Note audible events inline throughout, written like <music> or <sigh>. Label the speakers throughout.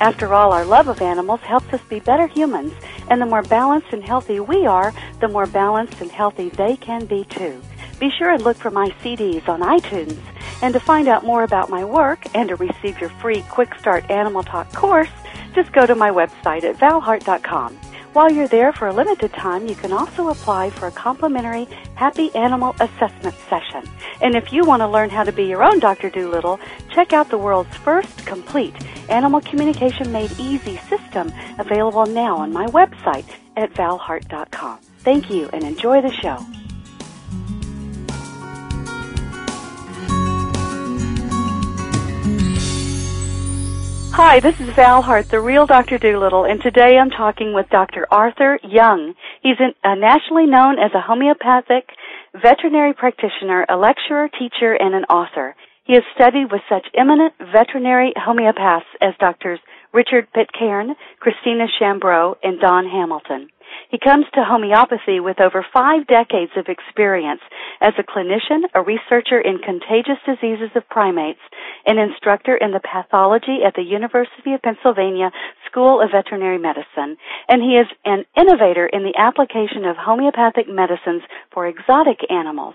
Speaker 1: After all, our love of animals helps us be better humans, and the more balanced and healthy we are, the more balanced and healthy they can be too. Be sure and look for my CDs on iTunes. And to find out more about my work and to receive your free Quick Start Animal Talk course, just go to my website at valhart.com. While you're there for a limited time, you can also apply for a complimentary Happy Animal Assessment session. And if you want to learn how to be your own Dr. Doolittle, check out the world's first complete animal communication made easy system available now on my website at valhart.com. Thank you and enjoy the show. Hi, this is Val Hart, the real Dr. Doolittle, and today I'm talking with Dr. Arthur Young. He's an, uh, nationally known as a homeopathic veterinary practitioner, a lecturer, teacher, and an author. He has studied with such eminent veterinary homeopaths as Drs. Richard Pitcairn, Christina Chambreau, and Don Hamilton. He comes to homeopathy with over five decades of experience as a clinician, a researcher in contagious diseases of primates, an instructor in the pathology at the University of Pennsylvania School of Veterinary Medicine, and he is an innovator in the application of homeopathic medicines for exotic animals.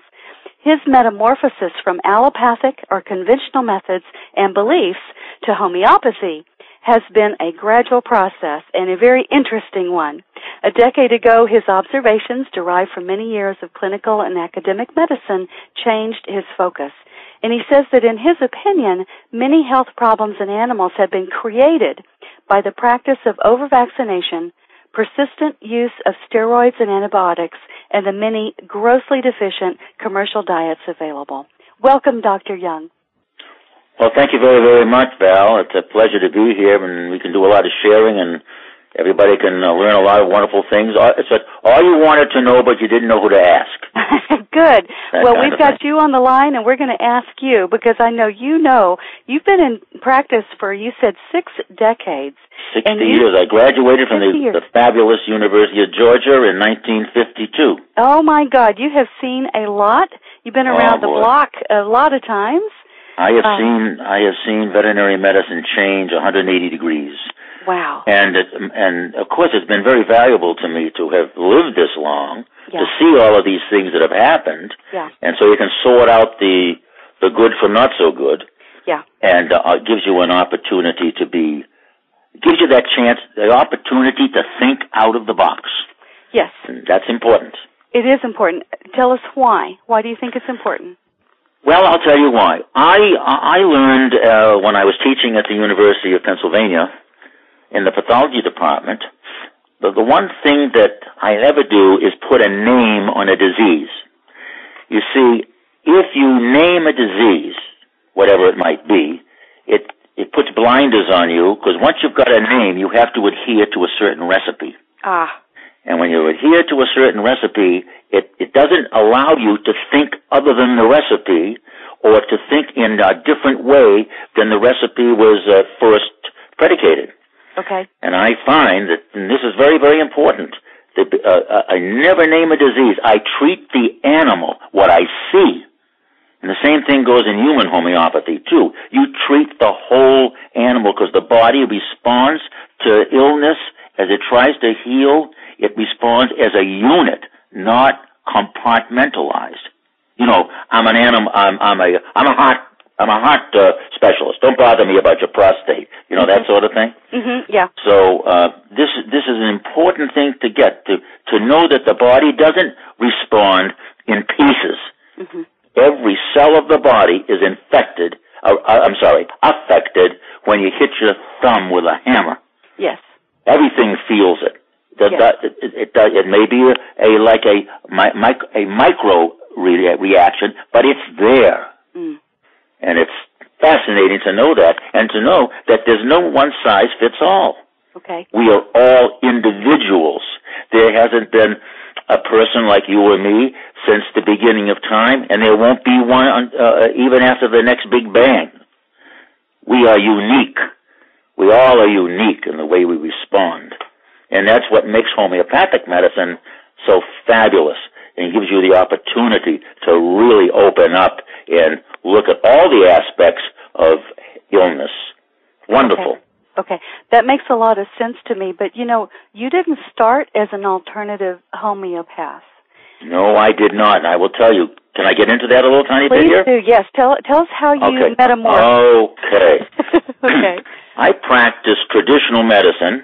Speaker 1: His metamorphosis from allopathic or conventional methods and beliefs to homeopathy has been a gradual process and a very interesting one. A decade ago, his observations derived from many years of clinical and academic medicine changed his focus. And he says that in his opinion, many health problems in animals have been created by the practice of overvaccination, persistent use of steroids and antibiotics, and the many grossly deficient commercial diets available. Welcome, Dr. Young.
Speaker 2: Well, thank you very, very much, Val. It's a pleasure to be here, and we can do a lot of sharing, and everybody can uh, learn a lot of wonderful things. Uh, It's like all you wanted to know, but you didn't know who to ask.
Speaker 1: <laughs> Good.
Speaker 2: That
Speaker 1: well,
Speaker 2: kind
Speaker 1: we've
Speaker 2: of
Speaker 1: got you on the line, and we're going to ask you because I know you know you've been in practice for you said six decades.
Speaker 2: Sixty
Speaker 1: And you-
Speaker 2: years. I graduated from the,
Speaker 1: 50 years.
Speaker 2: the fabulous University of Georgia in 1952.
Speaker 1: Oh my God, you have seen a lot. You've been
Speaker 2: Oh,
Speaker 1: around the
Speaker 2: boy.
Speaker 1: block a lot of times.
Speaker 2: I have
Speaker 1: Wow.
Speaker 2: seen I have seen veterinary medicine change 180 degrees,
Speaker 1: Wow.
Speaker 2: and it, and of course it's been very valuable to me to have lived this long
Speaker 1: Yeah.
Speaker 2: to see all of these things that have happened,
Speaker 1: Yeah.
Speaker 2: and so you can sort out the the good from not so good.
Speaker 1: Yeah.
Speaker 2: and uh, it gives you an opportunity to be gives you that chance the opportunity to think out of the box
Speaker 1: Yes.
Speaker 2: and that's important
Speaker 1: It is important. Tell us why. Why do you think it's important?
Speaker 2: well i'll tell you why i i learned uh, when i was teaching at the university of pennsylvania in the pathology department the, the one thing that i never do is put a name on a disease you see if you name a disease whatever it might be it it puts blinders on you because once you've got a name, you have to adhere to a certain recipe.
Speaker 1: Ah.
Speaker 2: And when you adhere to a certain recipe, it, it doesn't allow you to think other than the recipe or to think in a different way than the recipe was uh, first predicated.
Speaker 1: Okay.
Speaker 2: And I find that, and this is very, very important, that uh, I never name a disease. I treat the animal, what I see. And the same thing goes in human homeopathy, too. You treat the whole animal because the body responds to illness as it tries to heal. It responds as a unit, not compartmentalized. You know, I'm an animal, I'm, I'm a, I'm a heart, I'm a heart uh, specialist. Don't bother me about your prostate. You know, that sort of thing.
Speaker 1: Mhm. Yeah.
Speaker 2: So uh, this this is an important thing to get to to know that the body doesn't respond in pieces.
Speaker 1: Mhm.
Speaker 2: Every cell of the body is infected. Uh, uh, I'm sorry, affected when you hit your thumb with a hammer.
Speaker 1: Yes.
Speaker 2: Everything feels it. The,
Speaker 1: Yes.
Speaker 2: the- it, it, does- it may be a, like a mi- mic- a micro re- reaction, but it's there.
Speaker 1: Mm.
Speaker 2: And it's fascinating to know that, and to know that there's no one size fits all.
Speaker 1: Okay.
Speaker 2: We are all individuals. There hasn't been a person like you or me since the beginning of time, and there won't be one uh, even after the next Big Bang. We are unique. We all are unique in the way we respond. And that's what makes homeopathic medicine so fabulous and gives you the opportunity to really open up and look at all the aspects of illness. Wonderful.
Speaker 1: Okay. okay. That makes a lot of sense to me, but you know, you didn't start as an alternative homeopath.
Speaker 2: No, I did not. And I will tell you. Can I get into that a little tiny
Speaker 1: Please
Speaker 2: bit here?
Speaker 1: do. Yes. Tell tell us how you
Speaker 2: Okay.
Speaker 1: metamorphosed.
Speaker 2: Okay.
Speaker 1: <laughs> okay.
Speaker 2: <clears throat> <laughs> I practiced traditional medicine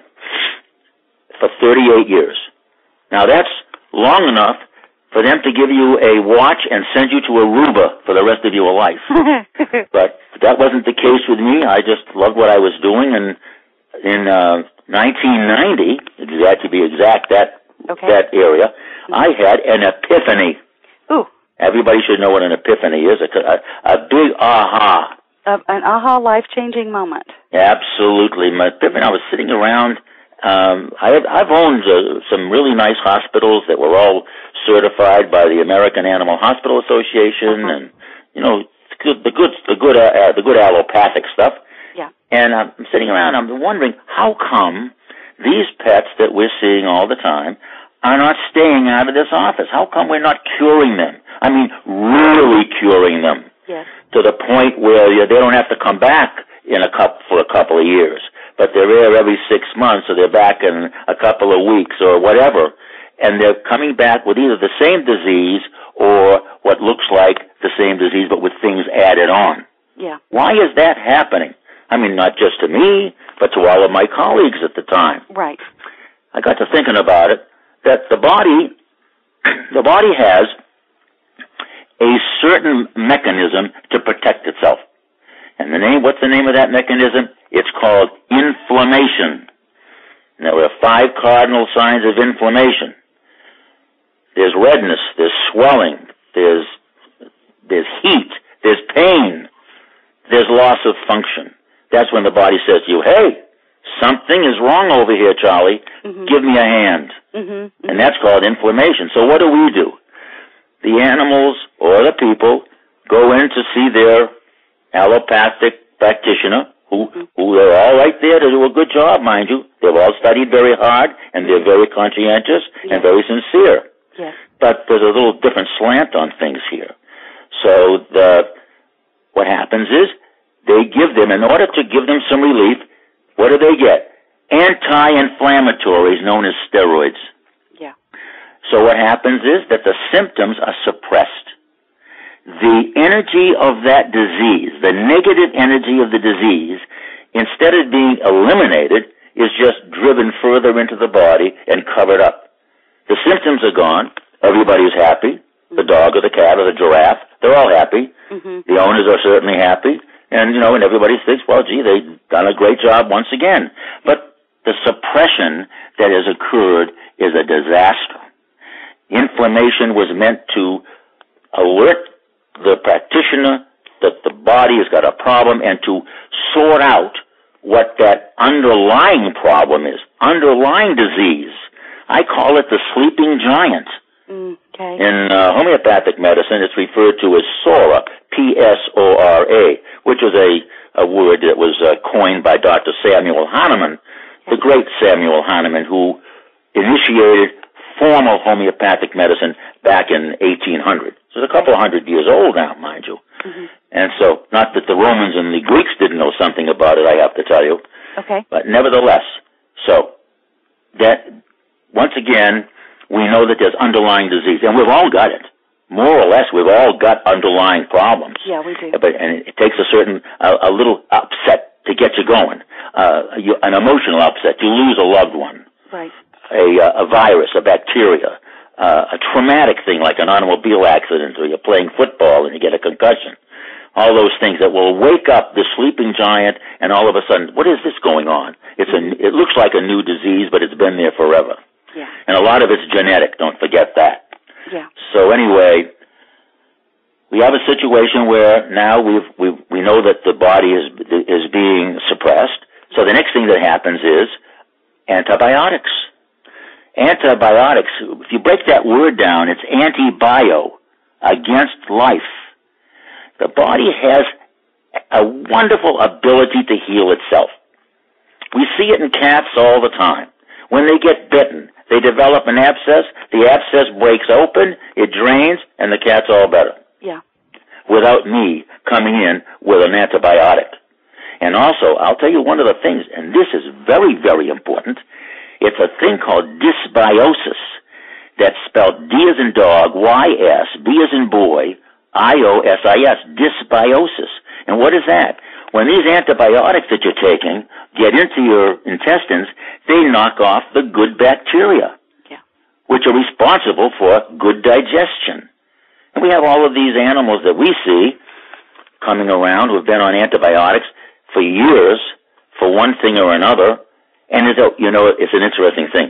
Speaker 2: for 38 years. Now that's long enough for them to give you a watch and send you to Aruba for the rest of your
Speaker 1: <laughs>
Speaker 2: life. But that wasn't the case with me. I just loved what I was doing, and in uh, 1990, that to be exact, that
Speaker 1: okay.
Speaker 2: that area, I had an epiphany.
Speaker 1: Ooh,
Speaker 2: Everybody should know what an epiphany is. A, a, a big aha.
Speaker 1: a, um, an aha life changing moment.
Speaker 2: Absolutely, my epiphany. I was sitting around. Um, I have, I've owned uh, some really nice hospitals that were all certified by the American Animal Hospital Association,
Speaker 1: Uh-huh.
Speaker 2: and you know the good, the good, the good, uh, uh, the good allopathic stuff.
Speaker 1: Yeah.
Speaker 2: And I'm sitting around, I'm wondering how come these pets that we're seeing all the time are not staying out of this office? How come we're not curing them? I mean, really curing them
Speaker 1: Yes.
Speaker 2: to the point where you- they don't have to come back in a cup for a couple of years, but they're there every six months or they're back in a couple of weeks or whatever. And they're coming back with either the same disease or what looks like the same disease but with things added on.
Speaker 1: Yeah.
Speaker 2: Why is that happening? I mean, not just to me, but to all of my colleagues at the time.
Speaker 1: Right.
Speaker 2: I got to thinking about it that the body, <clears throat> the body has a certain mechanism to protect itself. And the name, what's the name of that mechanism? It's called inflammation. And there are five cardinal signs of inflammation. There's redness, there's swelling, there's, there's heat, there's pain, there's loss of function. That's when the body says to you, hey, something is wrong over here, Charlie.
Speaker 1: Mhm.
Speaker 2: Give me a hand.
Speaker 1: Mhm.
Speaker 2: And that's called inflammation. So what do we do? The animals or the people go in to see their allopathic practitioner, who who they're all right there to do a good job, mind you. They've all studied very hard and they're very conscientious and
Speaker 1: Yeah.
Speaker 2: very sincere
Speaker 1: Yes.
Speaker 2: but there's a little different slant on things here. So the what happens is they give them in order to give them some relief. What do they get? Anti-inflammatories known as steroids.
Speaker 1: Yeah.
Speaker 2: So what happens is that the symptoms are suppressed. The energy of that disease, the negative energy of the disease, instead of being eliminated, is just driven further into the body and covered up. The symptoms are gone. Everybody's happy. The dog or the cat or the giraffe, they're all happy.
Speaker 1: Mhm.
Speaker 2: The owners are certainly happy. And, you know, and everybody thinks, well, gee, they've done a great job once again. But the suppression that has occurred is a disaster. Inflammation was meant to alert the practitioner that the body has got a problem and to sort out what that underlying problem is, underlying disease. I call it the sleeping giant.
Speaker 1: Mm, okay.
Speaker 2: In uh, homeopathic medicine, it's referred to as SORA, P-S-O-R-A, which was a, a word that was uh, coined by Dr. Samuel Hahnemann, the great Samuel Hahnemann, who initiated formal homeopathic medicine back in 1800. So it's a couple of hundred years old now, mind you.
Speaker 1: Mhm.
Speaker 2: And so, not that the Romans and the Greeks didn't know something about it, I have to tell you.
Speaker 1: Okay.
Speaker 2: But nevertheless, so that once again, we know that there's underlying disease, and we've all got it. More or less, we've all got underlying problems.
Speaker 1: Yeah, we do.
Speaker 2: But and it takes a certain a, a little upset to get you going. Uh, you, an emotional upset. You lose a loved one
Speaker 1: Right.
Speaker 2: a, uh, a virus, a bacteria, uh, a traumatic thing like an automobile accident or you're playing football and you get a concussion. All those things that will wake up the sleeping giant and all of a sudden, what is this going on? It's a, it looks like a new disease, but it's been there forever.
Speaker 1: Yeah.
Speaker 2: And a lot of it's genetic, don't forget that.
Speaker 1: Yeah.
Speaker 2: So anyway, we have a situation where now we've, we we know that the body is is being suppressed. So the next thing that happens is Antibiotics. Antibiotics, if you break that word down, it's antibio, against life. The body has a wonderful ability to heal itself. We see it in cats all the time. When they get bitten, they develop an abscess, the abscess breaks open, it drains, and the cat's all better.
Speaker 1: Yeah.
Speaker 2: Without me coming in with an antibiotic. And also, I'll tell you one of the things, and this is very, very important. It's a thing called dysbiosis. That's spelled D as in dog, Y S, B as in boy, I O S I S, dysbiosis. And what is that? When these antibiotics that you're taking get into your intestines, they knock off the good bacteria,
Speaker 1: Yeah.
Speaker 2: which are responsible for good digestion. And we have all of these animals that we see coming around who've been on antibiotics for years for one thing or another. And it's a, you know, it's an interesting thing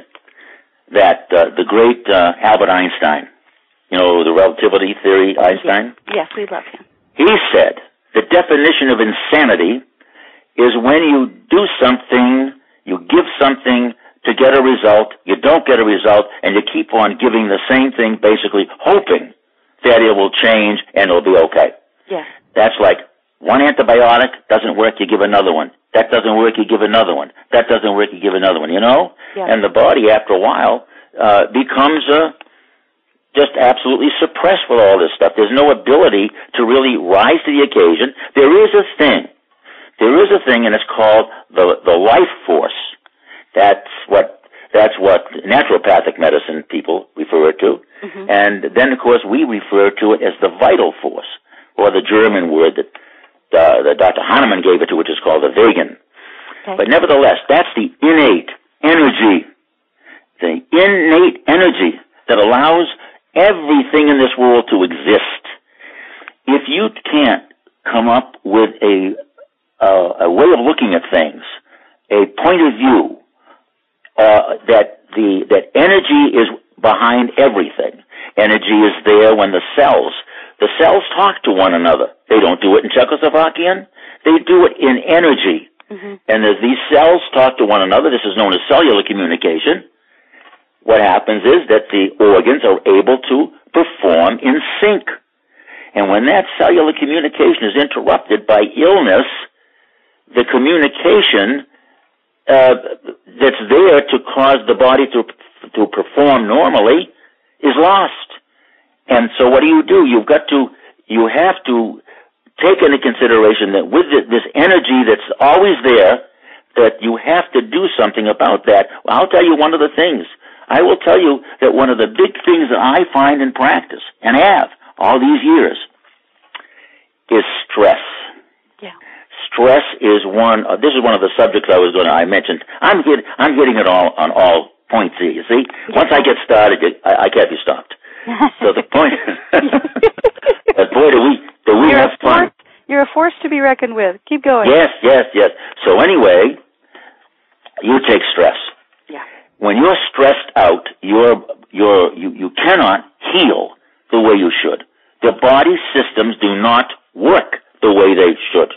Speaker 2: that uh, the great uh, Albert Einstein, you know, the relativity theory, Einstein,
Speaker 1: Yes, we love him.
Speaker 2: he said the definition of insanity is when you do something, you give something to get a result, you don't get a result, and you keep on giving the same thing, basically hoping that it will change and it'll be okay.
Speaker 1: Yes.
Speaker 2: That's like one antibiotic doesn't work, you give another one. That doesn't work, you give another one. That doesn't work, you give another one. You know,
Speaker 1: Yes.
Speaker 2: and the body, after a while, uh, becomes uh, just absolutely suppressed with all this stuff. There's no ability to really rise to the occasion. There is a thing. There is a thing, and it's called the the life force. That's what that's what naturopathic medicine people refer it to.
Speaker 1: Mhm.
Speaker 2: And then, of course, we refer to it as the vital force, or the German word that, uh, that Dr. Hahnemann gave it to, which is called the Wegen.
Speaker 1: Okay.
Speaker 2: But nevertheless, that's the innate energy, the innate energy that allows everything in this world to exist. If you can't come up with a uh, a way of looking at things, a point of view, uh, that the that energy is behind everything. Energy is there when the cells the cells talk to one another. They don't do it in Czechoslovakian. They do it in energy
Speaker 1: hmm
Speaker 2: and as these cells talk to one another, this is known as cellular communication. What happens is that the organs are able to perform in sync. And when that cellular communication is interrupted by illness, the communication uh, that's there to cause the body to to perform normally is lost. And so, what do you do? You've got to you have to take into consideration that with thi- this energy that's always there, that you have to do something about that. Well, I'll tell you one of the things. I will tell you that one of the big things that I find in practice and have all these years is stress.
Speaker 1: Yeah.
Speaker 2: Stress is one. Uh, this is one of the subjects I was going to. I mentioned. I'm hit, I'm hitting it all on all points here. You see, once I get started, it, I, I can't be stopped. So
Speaker 1: <laughs>
Speaker 2: the point. <laughs> but boy, do we do we
Speaker 1: you're
Speaker 2: have
Speaker 1: a
Speaker 2: fun?
Speaker 1: force, You're a force to be reckoned with. Keep going.
Speaker 2: Yes, yes, yes. So anyway, you take stress.
Speaker 1: Yeah.
Speaker 2: When you're stressed out, you're, you're, you, you cannot heal the way you should. The body systems do not work the way they should.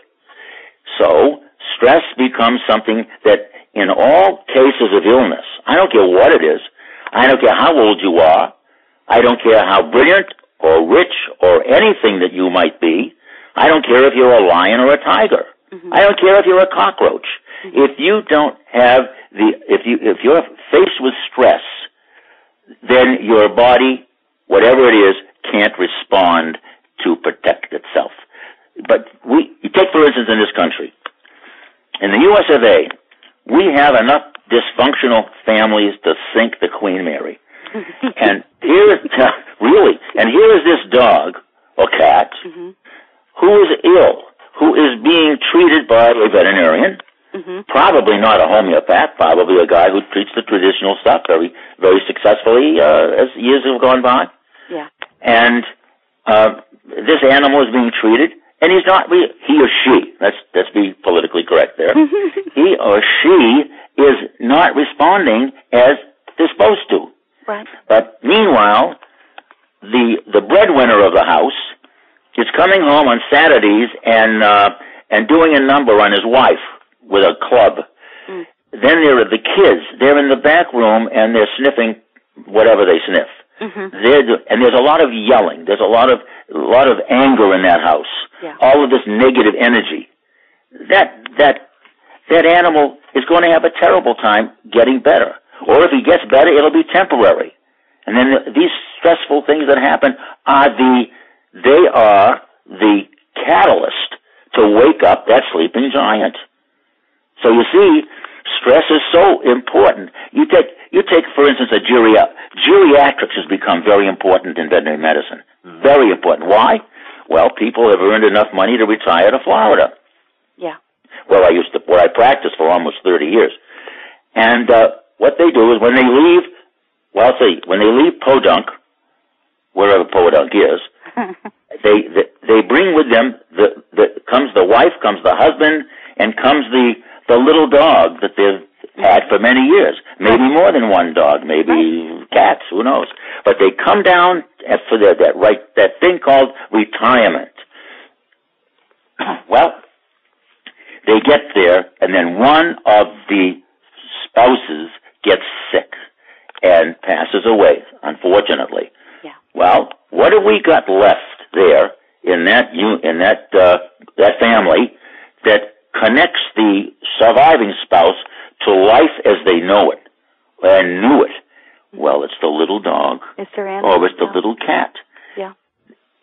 Speaker 2: So, stress becomes something that in all cases of illness, I don't care what it is, I don't care how old you are, I don't care how brilliant or rich or anything that you might be, I don't care if you're a lion or a tiger.
Speaker 1: Mhm.
Speaker 2: I don't care if you're a cockroach.
Speaker 1: <laughs>
Speaker 2: If you don't have the if you if you're faced with stress, then your body, whatever it is, can't respond to protect itself. But we you take for instance in this country, in the U.S. of A., we have enough dysfunctional families to sink the Queen Mary. And here, <laughs> really, and here is this dog or cat
Speaker 1: hmm
Speaker 2: who is ill, who is being treated by a veterinarian,
Speaker 1: hmm
Speaker 2: probably not a homeopath, probably a guy who treats the traditional stuff very, very successfully uh, as years have gone by.
Speaker 1: Yeah.
Speaker 2: And uh, this animal is being treated, and he's not re- he or she. Let's let's be politically correct there.
Speaker 1: Hmm.
Speaker 2: he or she is not responding as they're supposed to.
Speaker 1: <laughs> right.
Speaker 2: But meanwhile, the the breadwinner of the house is coming home on Saturdays and uh, and doing a number on his wife with a club.
Speaker 1: Mm.
Speaker 2: Then there are the kids. They're in the back room and they're sniffing whatever they sniff.
Speaker 1: Mm-hmm.
Speaker 2: They're, do- and there's a lot of yelling. There's a lot of a lot of anger in that house.
Speaker 1: Yeah.
Speaker 2: All of this negative energy. That that that animal is going to have a terrible time getting better. Or if he gets better, it'll be temporary. And then th- these stressful things that happen are the they are the catalyst to wake up that sleeping giant. So you see, stress is so important. You take you take for instance a geria geriatrics has become very important in veterinary medicine. Very important. Why? Well, people have earned enough money to retire to Florida
Speaker 1: Yeah.
Speaker 2: where I used to where I practiced for almost thirty years. And uh, what they do is when they leave, well, I'll say when they leave Podunk, wherever Podunk is,
Speaker 1: <laughs>
Speaker 2: they, they they bring with them the the comes the wife, comes the husband, and comes the the little dog that they've had for many years. Maybe more than one dog, maybe cats, who knows? But they come down at- for their, that right that thing called retirement. <clears throat> well, they get there, and then one of the spouses gets sick and passes away, unfortunately.
Speaker 1: Yeah.
Speaker 2: Well, what have we got left there in that u- in that uh, that family that connects the surviving spouse to life as they know it and knew it? Well, it's the little dog
Speaker 1: Is there animals?
Speaker 2: or it's the
Speaker 1: now?
Speaker 2: little cat.
Speaker 1: Yeah.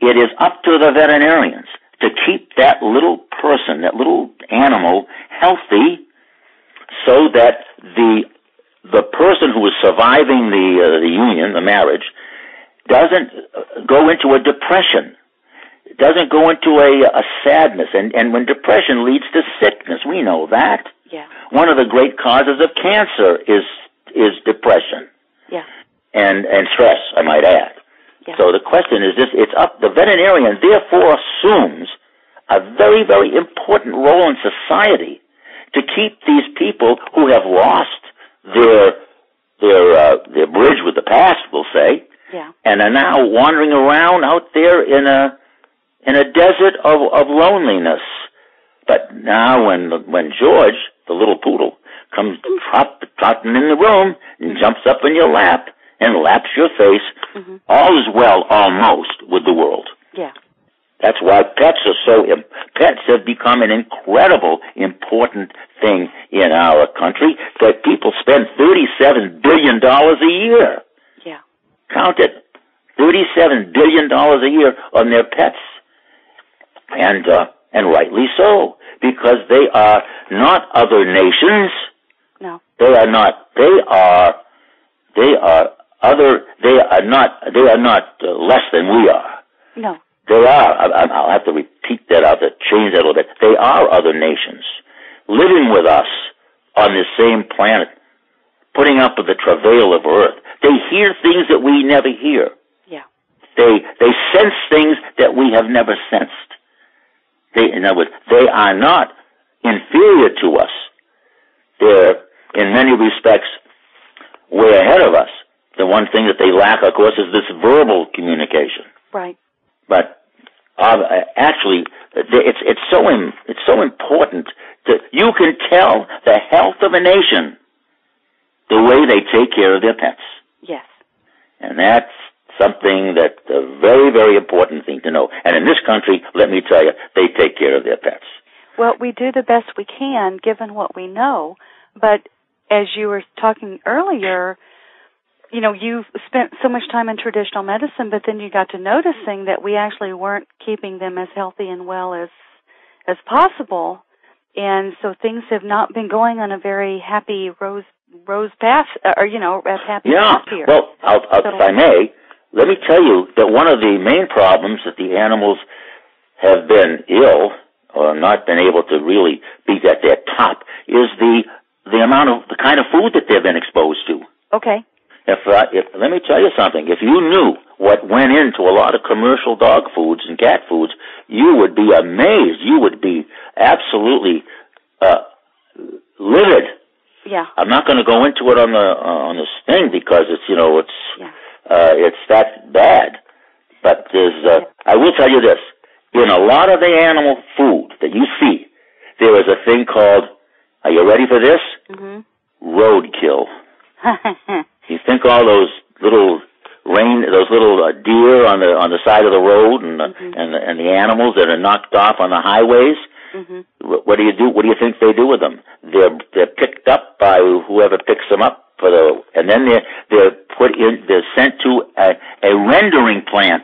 Speaker 2: It is up to the veterinarians to keep that little person, that little animal, healthy, so that the the person who is surviving the uh, the union, the marriage, doesn't uh, go into a depression, doesn't go into a, a sadness, and and when depression leads to sickness, we know that
Speaker 1: Yeah.
Speaker 2: one of the great causes of cancer is is depression
Speaker 1: Yeah.
Speaker 2: and and stress, I might add.
Speaker 1: Yeah.
Speaker 2: So the question is this: It's up. The veterinarian therefore assumes a very, very important role in society to keep these people who have lost their their uh, their bridge with the past, we'll say,
Speaker 1: Yeah.
Speaker 2: and are now wandering around out there in a in a desert of of loneliness. But now, when when George, the little poodle, comes trot, trotting in the room and jumps up in your lap and laps your face,
Speaker 1: hmm
Speaker 2: all is well almost with the world.
Speaker 1: Yeah.
Speaker 2: That's why pets are so im- pets have become an incredible important thing in our country that people spend thirty seven billion dollars a year
Speaker 1: Yeah.
Speaker 2: count it, thirty-seven billion dollars a year on their pets, and uh, and rightly so because they are not other nations.
Speaker 1: No.
Speaker 2: They are not. They are. They are other. They are not. They are not uh, less than we are.
Speaker 1: No.
Speaker 2: They are. I, I- I'll have to repeat that. I'll have to change that a little bit. They are other nations living with us on this same planet, putting up with the travail of Earth. They hear things that we never hear.
Speaker 1: Yeah.
Speaker 2: They they sense things that we have never sensed. They, in other words, they are not inferior to us. They're in many respects way ahead of us. The one thing that they lack, of course, is this verbal communication
Speaker 1: Right.
Speaker 2: but uh, actually, it's it's so im- it's so important that you can tell the health of a nation the way they take care of their pets,
Speaker 1: Yes.
Speaker 2: and that's something that's a very very important thing to know. And in this country, let me tell you, they take care of their pets.
Speaker 1: Well, we do the best we can given what we know, but as you were talking earlier, you know, you've spent so much time in traditional medicine, but then you got to noticing that we actually weren't keeping them as healthy and well as as possible. And so things have not been going on a very happy rose rose path, uh, or you know, a happy
Speaker 2: Yeah.
Speaker 1: path here.
Speaker 2: Well, I'll, I'll,
Speaker 1: So-
Speaker 2: if I may, let me tell you that one of the main problems that the animals have been ill or not been able to really be at their top is the the amount of the kind of food that they've been exposed to.
Speaker 1: okay,
Speaker 2: If, uh, if let me tell you something, if you knew what went into a lot of commercial dog foods and cat foods, you would be amazed. You would be absolutely uh, livid.
Speaker 1: yeah,
Speaker 2: I'm not going to go into it on the uh, on this thing because it's you know it's
Speaker 1: yeah,
Speaker 2: uh, it's that bad. But there's, uh, I will tell you this: in a lot of the animal food that you see, there is a thing called. Are you ready for this?
Speaker 1: <laughs> mhm,
Speaker 2: side of uh, the road and mm-hmm. and and the animals that are knocked off on the highways. Mm-hmm. What, what do you do? What do you think they do with them? They're they're picked up by whoever picks them up for the, and then they're they're put in. They're sent to a, a rendering plant.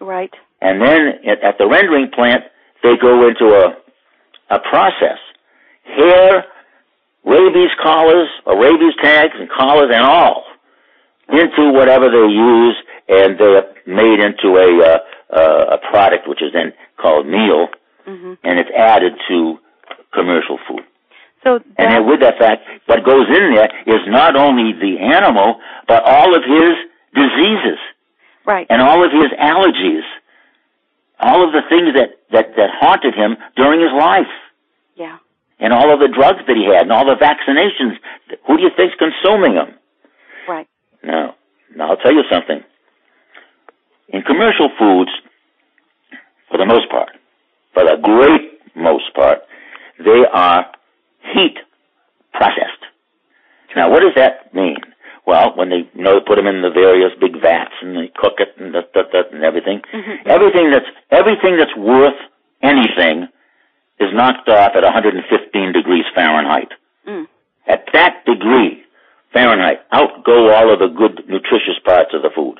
Speaker 1: Right.
Speaker 2: And then at, at the rendering plant, they go into a a process. Hair, rabies collars, or rabies tags and collars and all into whatever they use, and they are made into a uh, uh, a product which is then called meal, mm-hmm. and it's added to commercial food.
Speaker 1: So that,
Speaker 2: and then with that fact, what goes in there is not only the animal, but all of his diseases,
Speaker 1: right,
Speaker 2: and all of his allergies, all of the things that that that haunted him during his life.
Speaker 1: Yeah.
Speaker 2: And all of the drugs that he had, and all the vaccinations. Who do you think's consuming them?
Speaker 1: Right.
Speaker 2: Now, now I'll tell you something. In commercial foods, for the most part, for the great most part, they are heat processed. Now, what does that mean? Well, when they you know they put them in the various big vats and they cook it and that, that, that and everything, mm-hmm. everything that's everything that's worth anything is knocked off at 115 degrees Fahrenheit.
Speaker 1: Mm.
Speaker 2: At that degree, Fahrenheit. Out go all of the good, nutritious parts of the food,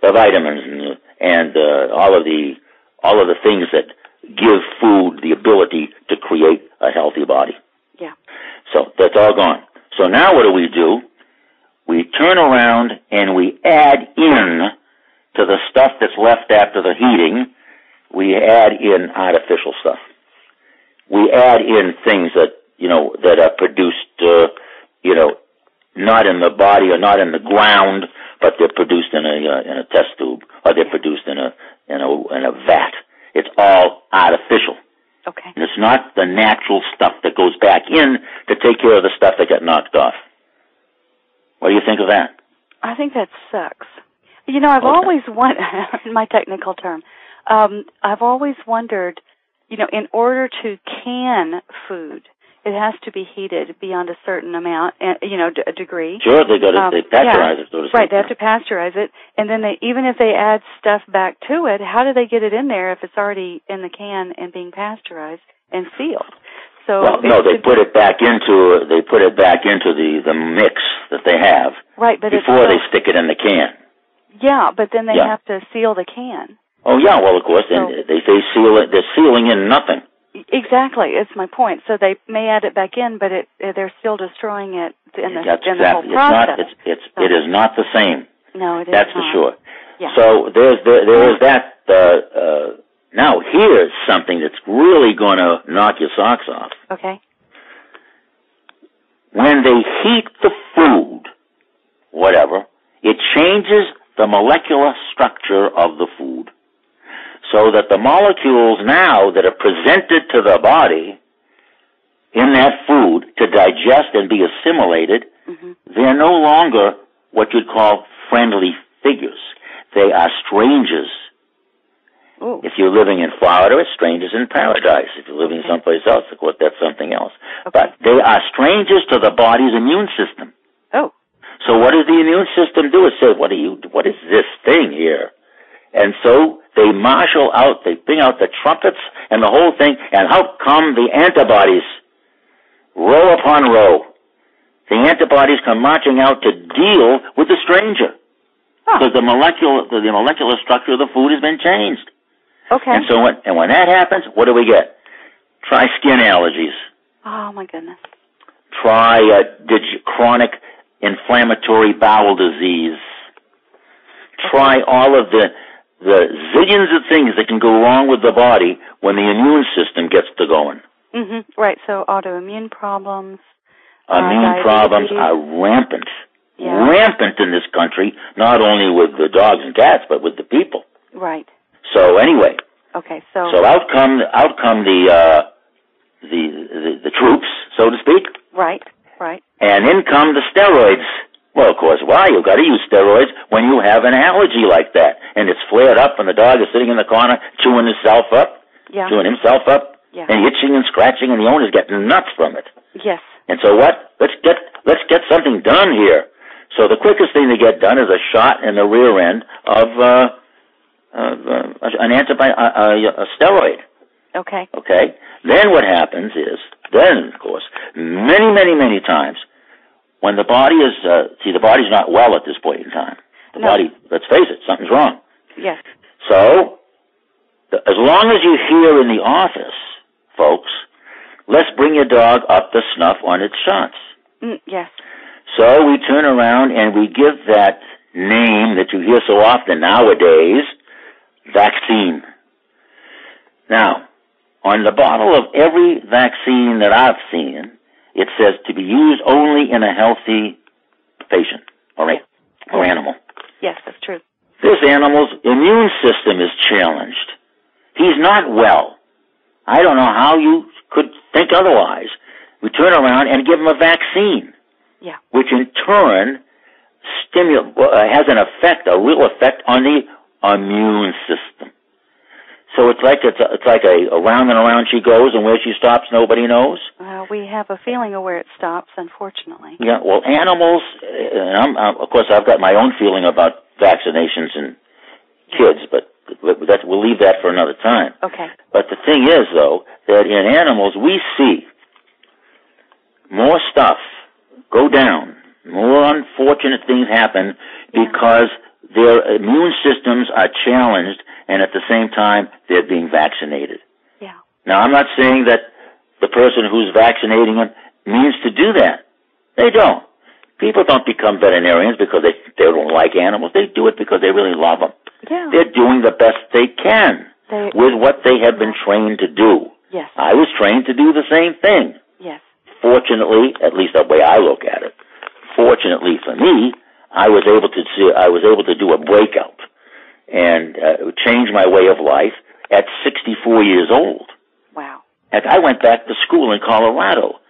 Speaker 2: the vitamins and, and uh, all of the all of the things that give food the ability to create a healthy body.
Speaker 1: Yeah.
Speaker 2: So that's all gone. So now what do we do? We turn around and we add in to the stuff that's left after the heating. We add in artificial stuff. We add in things that you know that are produced, uh, you know, not in the body or not in the ground, but they're produced in a uh, in a test tube or they're produced in a in a in a vat. It's all artificial.
Speaker 1: Okay.
Speaker 2: And it's not the natural stuff that goes back in to take care of the stuff that got knocked off. What do you think of that?
Speaker 1: I think that sucks. You know, I've
Speaker 2: Oh,
Speaker 1: okay. always wondered, in <laughs> my technical term, um, I've always wondered, you know, in order to can food, it has to be heated beyond a certain amount, and you know, d- degree.
Speaker 2: Sure, they got to um, they pasteurize
Speaker 1: yeah,
Speaker 2: it. So
Speaker 1: right, they have to pasteurize it, and then they even if they add stuff back to it, how do they get it in there if it's already in the can and being pasteurized and sealed? So
Speaker 2: well, no, they put it back into they put it back into the the mix that they have.
Speaker 1: Right, but
Speaker 2: before they still, stick it in the can.
Speaker 1: Yeah, but then they
Speaker 2: yeah.
Speaker 1: have to seal the can.
Speaker 2: Oh yeah, well of course, so, and they they seal it. They're sealing in nothing.
Speaker 1: Exactly, it's my point. So they may add it back in, but it they're still destroying it in the,
Speaker 2: That's
Speaker 1: in
Speaker 2: exactly.
Speaker 1: the whole
Speaker 2: it's
Speaker 1: process.
Speaker 2: Not, it's it's so. it is not the same.
Speaker 1: No, it is
Speaker 2: That's
Speaker 1: not.
Speaker 2: for sure.
Speaker 1: Yeah.
Speaker 2: So there's there, there is that. Uh, uh, now here's something that's really going to knock your socks off.
Speaker 1: Okay.
Speaker 2: When they heat the food, whatever, it changes the molecular structure of the food so that the molecules now that are presented to the body in that food to digest and be assimilated,
Speaker 1: mm-hmm.
Speaker 2: they're no longer what you'd call friendly figures. They are strangers.
Speaker 1: Ooh.
Speaker 2: If you're living in Florida, it's strangers in paradise. If you're living
Speaker 1: Okay.
Speaker 2: someplace else, of course, that's something else.
Speaker 1: Okay.
Speaker 2: But they are strangers to the body's immune system.
Speaker 1: Oh,
Speaker 2: So what does the immune system do? It says, "What are you? What is this thing here?" And so they marshal out, they bring out the trumpets and the whole thing, and out come the antibodies, row upon row. The antibodies come marching out to deal with the stranger
Speaker 1: huh.
Speaker 2: because the molecular the molecular structure of the food has been changed.
Speaker 1: okay.
Speaker 2: And so when and when that happens, what do we get? Try skin allergies.
Speaker 1: oh my goodness.
Speaker 2: Try uh, dig- chronic inflammatory bowel disease. try all of the the zillions of things that can go wrong with the body when the immune system gets to going.
Speaker 1: hmm Right. So autoimmune problems. Uh,
Speaker 2: Immune
Speaker 1: diabetes.
Speaker 2: problems are rampant,
Speaker 1: Yeah.
Speaker 2: rampant in this country, not only with the dogs and cats, but with the people.
Speaker 1: Right.
Speaker 2: So anyway,
Speaker 1: Okay. So.
Speaker 2: so out come, out come the, uh, the, the, the troops, so to speak,
Speaker 1: right. Right.
Speaker 2: and in come the steroids. Well, of course, why? You've got to use steroids when you have an allergy like that. And it's flared up and the dog is sitting in the corner chewing himself up.
Speaker 1: Yeah.
Speaker 2: doing himself up
Speaker 1: Yeah.
Speaker 2: and itching and scratching, and the owner's getting nuts from it.
Speaker 1: Yes.
Speaker 2: And so what? Let's get let's get something done here. So the quickest thing to get done is a shot in the rear end of uh, uh, an antibi- uh, a, a steroid.
Speaker 1: Okay.
Speaker 2: Okay. Then what happens is, then of course, many, many, many times, when the body is, uh, see, the body's not well at this point in time. The
Speaker 1: No.
Speaker 2: body, let's face it, something's wrong.
Speaker 1: Yes.
Speaker 2: So, th- as long as you hear in the office, folks, let's bring your dog up the snuff on its shots.
Speaker 1: Mm, yes.
Speaker 2: So we turn around and we give that name that you hear so often nowadays, vaccine. Now, on the bottle of every vaccine that I've seen, it says to be used only in a healthy patient or, a- or animal.
Speaker 1: Yes, that's true.
Speaker 2: This animal's immune system is challenged. He's not well. I don't know how you could think otherwise. We turn around and give him a vaccine.
Speaker 1: Yeah.
Speaker 2: Which in turn stimul- uh, has an effect, a real effect on the immune system. So it's like it's, a, it's like a, a round and around she goes, and where she stops, nobody knows.
Speaker 1: Uh, we have a feeling of where it stops, unfortunately.
Speaker 2: Yeah, well, animals, uh, and I'm, I'm, of course, I've got my own feeling about vaccinations and kids, but but that, we'll leave that for another time.
Speaker 1: Okay.
Speaker 2: But the thing is, though, that in animals we see more stuff go down, more unfortunate things happen
Speaker 1: Yeah.
Speaker 2: because their immune systems are challenged, and at the same time they're being vaccinated.
Speaker 1: Yeah.
Speaker 2: Now, I'm not saying that the person who's vaccinating them means to do that. They don't. People don't become veterinarians because they, they don't like animals. They do it because they really love them.
Speaker 1: Yeah.
Speaker 2: They're doing the best they can
Speaker 1: They-
Speaker 2: with what they have been trained to do.
Speaker 1: yes.
Speaker 2: I was trained to do the same thing.
Speaker 1: Yes.
Speaker 2: Fortunately, at least the way I look at it, fortunately for me, I was able to see, I was able to do a breakout and uh, change my way of life at 64 years old.
Speaker 1: Wow.
Speaker 2: And I went back to school in Colorado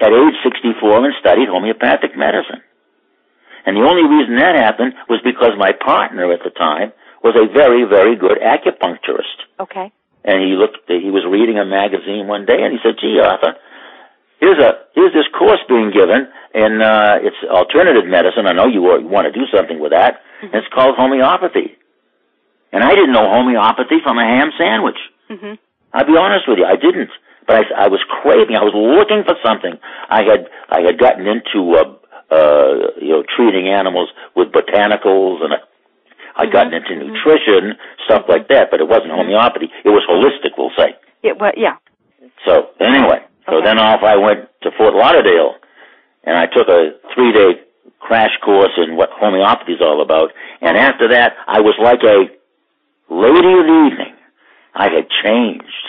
Speaker 2: at age 64 and studied homeopathic medicine. And the only reason that happened was because my partner at the time was a very, very good acupuncturist.
Speaker 1: Okay.
Speaker 2: And he looked, he was reading a magazine one day and he said, gee, Arthur, here's a, here's this course being given and, uh, it's alternative medicine. I know you want to do something with that.
Speaker 1: Mm-hmm.
Speaker 2: And it's called homeopathy. And I didn't know homeopathy from a ham sandwich.
Speaker 1: Mhm.
Speaker 2: I'll be honest with you, I didn't. But I, I was craving. I was looking for something. I had I had gotten into uh, uh, you know treating animals with botanicals, and I, I'd gotten into nutrition stuff like that. But it wasn't homeopathy. It was holistic, we'll say.
Speaker 1: Yeah. Well, yeah.
Speaker 2: So anyway, so
Speaker 1: Okay.
Speaker 2: then off I went to Fort Lauderdale, and I took a three day crash course in what homeopathy is all about. And after that, I was like a lady of the evening. I had changed.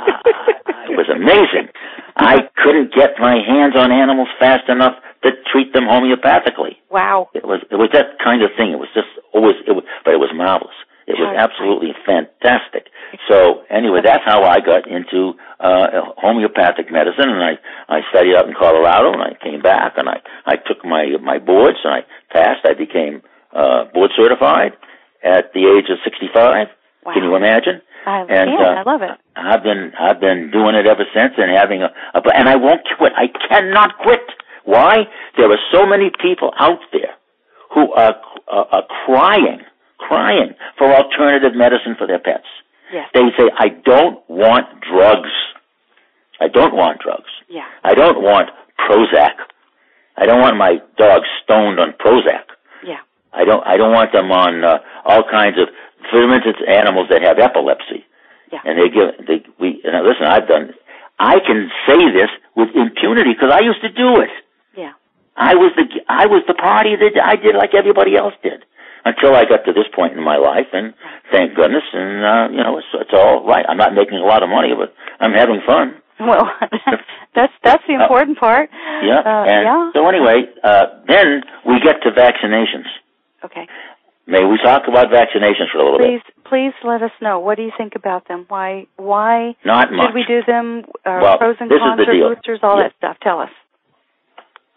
Speaker 2: Uh,
Speaker 1: <laughs>
Speaker 2: it was amazing. I couldn't get my hands on animals fast enough to treat them homeopathically.
Speaker 1: Wow.
Speaker 2: It was it was that kind of thing. It was just always it was, but it was marvelous. It was
Speaker 1: Sure.
Speaker 2: absolutely fantastic. So anyway, that's how I got into uh, homeopathic medicine, and I I studied out in Colorado, and I came back, and I I took my my boards, and I passed. I became uh, board certified at the age of sixty five.
Speaker 1: Wow.
Speaker 2: Can you imagine?
Speaker 1: I,
Speaker 2: And,
Speaker 1: yeah, I
Speaker 2: uh,
Speaker 1: love it.
Speaker 2: I've been I've been doing it ever since, and having a, a and I won't quit. I cannot quit. Why? There are so many people out there who are are, are crying, crying for alternative medicine for their pets.
Speaker 1: Yes.
Speaker 2: They say, "I don't want drugs. I don't want drugs.
Speaker 1: Yeah.
Speaker 2: I don't want Prozac. I don't want my dog stoned on Prozac."
Speaker 1: Yeah.
Speaker 2: I don't I don't want them on uh, all kinds of for instance animals that have epilepsy.
Speaker 1: Yeah.
Speaker 2: And they give they we now listen I've done I can say this with impunity because I used to do it.
Speaker 1: Yeah.
Speaker 2: I was the I was the party that I did like everybody else did until I got to this point in my life and thank goodness and uh, you know it's it's all right. I'm not making a lot of money but I'm having fun.
Speaker 1: Well, <laughs> that's that's the
Speaker 2: Uh,
Speaker 1: important part.
Speaker 2: Yeah.
Speaker 1: Uh,
Speaker 2: and
Speaker 1: yeah.
Speaker 2: so anyway, uh, then we get to vaccinations.
Speaker 1: Okay.
Speaker 2: May we talk about vaccinations for a little bit?
Speaker 1: Please, please let us know. What do you think about them? Why, why
Speaker 2: Not much.
Speaker 1: should we do them? Uh,
Speaker 2: Well,
Speaker 1: pros and
Speaker 2: this is
Speaker 1: cons
Speaker 2: the
Speaker 1: or
Speaker 2: deal.
Speaker 1: boosters, all
Speaker 2: Yeah.
Speaker 1: that stuff. Tell us.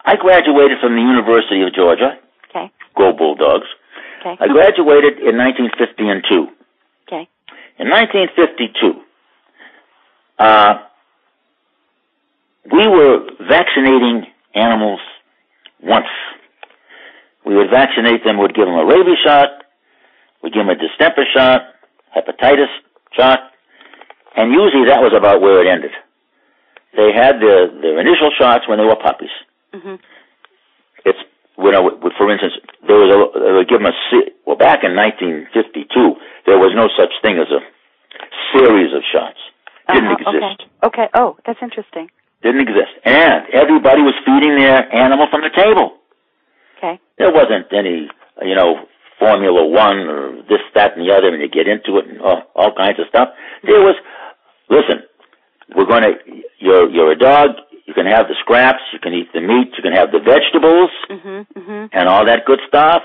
Speaker 2: I graduated from the University of Georgia.
Speaker 1: Okay.
Speaker 2: Go Bulldogs.
Speaker 1: Okay.
Speaker 2: I graduated in 1952.
Speaker 1: Okay.
Speaker 2: In 1952, uh, we were vaccinating animals once. We would vaccinate them, we'd give them a rabies shot, we'd give them a distemper shot, hepatitis chart, and usually that was about where it ended. They had their, their initial shots when they were puppies.
Speaker 1: Mm-hmm.
Speaker 2: It's, you know, for instance, there was a, they would give them a, se- well, back in 1952, there was no such thing as a series of shots. Didn't
Speaker 1: Uh-huh,
Speaker 2: exist.
Speaker 1: Okay. okay. Oh, that's interesting.
Speaker 2: Didn't exist. And everybody was feeding their animal from the table.
Speaker 1: Okay.
Speaker 2: There wasn't any, you know, Formula One or this, that, and the other, and you get into it and all, all kinds of stuff. There was, listen, we're going to, you're, you're a dog, you can have the scraps, you can eat the meat, you can have the vegetables,
Speaker 1: Mhm. Mhm.
Speaker 2: and all that good stuff,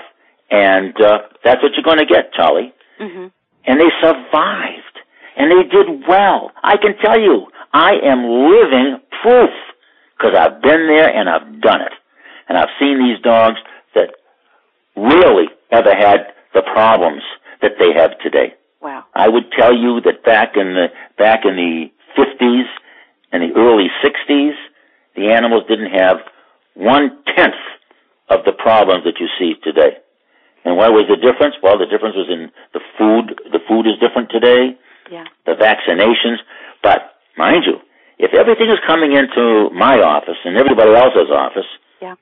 Speaker 2: and uh, that's what you're going to get, Charlie.
Speaker 1: Mhm.
Speaker 2: And they survived, and they did well. I can tell you, I am living proof because I've been there and I've done it, and I've seen these dogs that really ever had the problems that they have today.
Speaker 1: Wow.
Speaker 2: I would tell you that back in the back in the fifties and the early sixties, the animals didn't have one tenth of the problems that you see today. And what was the difference? Well, the difference was in the food. The food is different today.
Speaker 1: Yeah.
Speaker 2: The vaccinations, but mind you, if everything is coming into my office and everybody else's office,
Speaker 1: Yeah.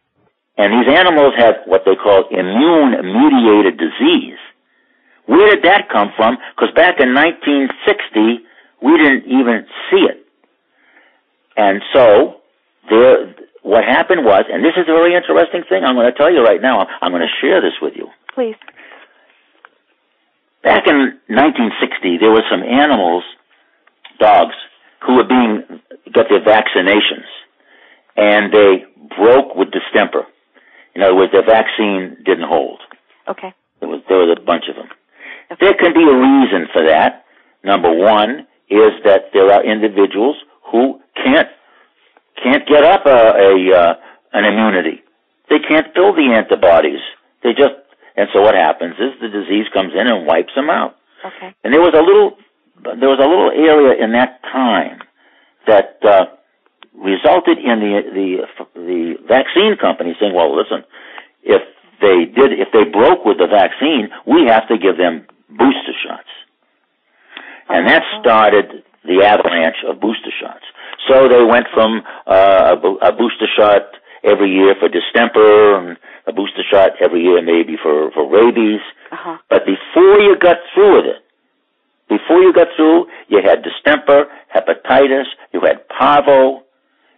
Speaker 2: and these animals have what they call immune mediated disease. Where did that come from? Because back in 1960, we didn't even see it. And so, there, what happened was, and this is a very interesting thing I'm going to tell you right now, I'm going to share this with you.
Speaker 1: Please.
Speaker 2: Back in 1960, there were some animals, dogs, who were being, got their vaccinations, and they broke with distemper. In other words, their vaccine didn't hold.
Speaker 1: Okay.
Speaker 2: There was, there was a bunch of them.
Speaker 1: Okay.
Speaker 2: There can be a reason for that. Number one is that there are individuals who can't can't get up a, a uh, an immunity. They can't build the antibodies. They just and so what happens is the disease comes in and wipes them out.
Speaker 1: Okay.
Speaker 2: And there was a little there was a little area in that time that uh, resulted in the the the vaccine company saying, "Well, listen, if they did if they broke with the vaccine, we have to give them booster shots." And that started the avalanche of booster shots. So they went from uh, a, bo- a booster shot every year for distemper and a booster shot every year maybe for, for rabies.
Speaker 1: Uh huh.
Speaker 2: But before you got through with it, before you got through, you had distemper, hepatitis, you had parvo,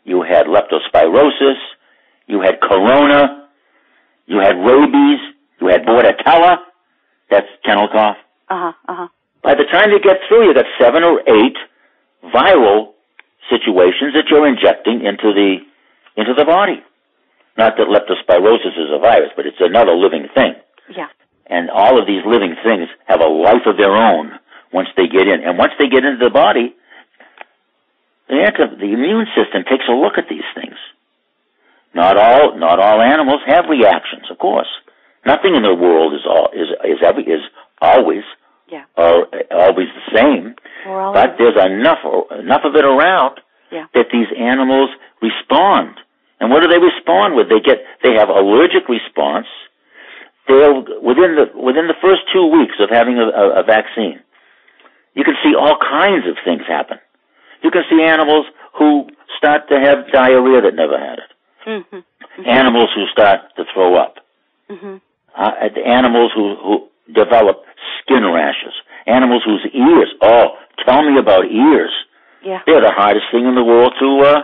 Speaker 2: you had leptospirosis, you had corona, you had rabies, you had bordetella, that's kennel cough.
Speaker 1: Uh huh. Uh huh.
Speaker 2: By the time you get through, you got seven or eight viral situations that you're injecting into the into the body. Not that leptospirosis is a virus, but it's another living thing
Speaker 1: Yeah.
Speaker 2: and all of these living things have a life of their own once they get in. And once they get into the body, the, anti- the immune system takes a look at these things. Not all, not all animals have reactions, of course. Nothing in the world is all, is, is every, is always,
Speaker 1: Yeah.
Speaker 2: or always the same.
Speaker 1: We're all
Speaker 2: But there's enough, enough of it around
Speaker 1: Yeah.
Speaker 2: that these animals respond. And what do they respond with? They get they have allergic response. They'll within the within the first two weeks of having a, a, a vaccine, you can see all kinds of things happen. You can see animals who start to have diarrhea that never had it.
Speaker 1: Mhm.
Speaker 2: Animals who start to throw up.
Speaker 1: Mhm.
Speaker 2: Uh, the animals who who develop skin rashes. Animals whose ears. Oh, tell me about ears.
Speaker 1: Yeah.
Speaker 2: They're the hardest thing in the world to uh,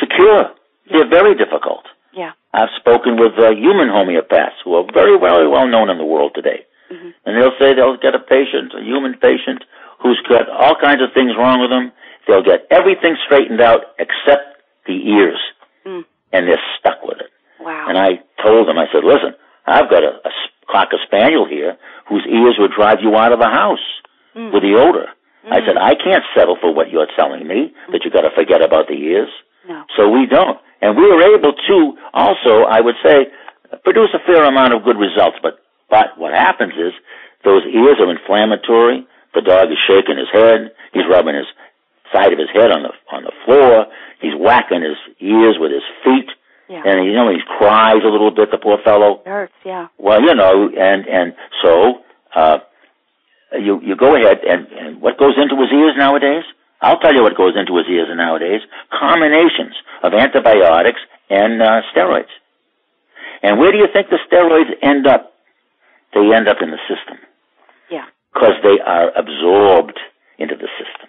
Speaker 2: to cure. They're very difficult.
Speaker 1: Yeah.
Speaker 2: I've spoken with uh, human homeopaths who are very well well known in the world today,
Speaker 1: Mhm.
Speaker 2: and they'll say they'll get a patient, a human patient, who's got all kinds of things wrong with them. They'll get everything straightened out except the ears,
Speaker 1: Mm.
Speaker 2: and they're stuck with it.
Speaker 1: Wow.
Speaker 2: And I told them, I said, listen, I've got a, a s- cocker spaniel here whose ears would drive you out of the house
Speaker 1: Mm.
Speaker 2: with the odor. I
Speaker 1: Mhm.
Speaker 2: said, I can't settle for what you're telling me, that you've got to forget about the ears.
Speaker 1: No.
Speaker 2: So we don't. And we were able to also, I would say, produce a fair amount of good results. But, but what happens is those ears are inflammatory. The dog is shaking his head. He's rubbing his side of his head on the, on the floor. He's whacking his ears with his feet.
Speaker 1: Yeah.
Speaker 2: And you know, he cries a little bit, the poor fellow.
Speaker 1: It hurts. Yeah.
Speaker 2: Well, you know, and and so uh, you you go ahead and, and what goes into his ears nowadays? I'll tell you what goes into his ears nowadays: combinations of antibiotics and uh, steroids. And where do you think the steroids end up? They end up in the system.
Speaker 1: Yeah.
Speaker 2: Because they are absorbed into the system.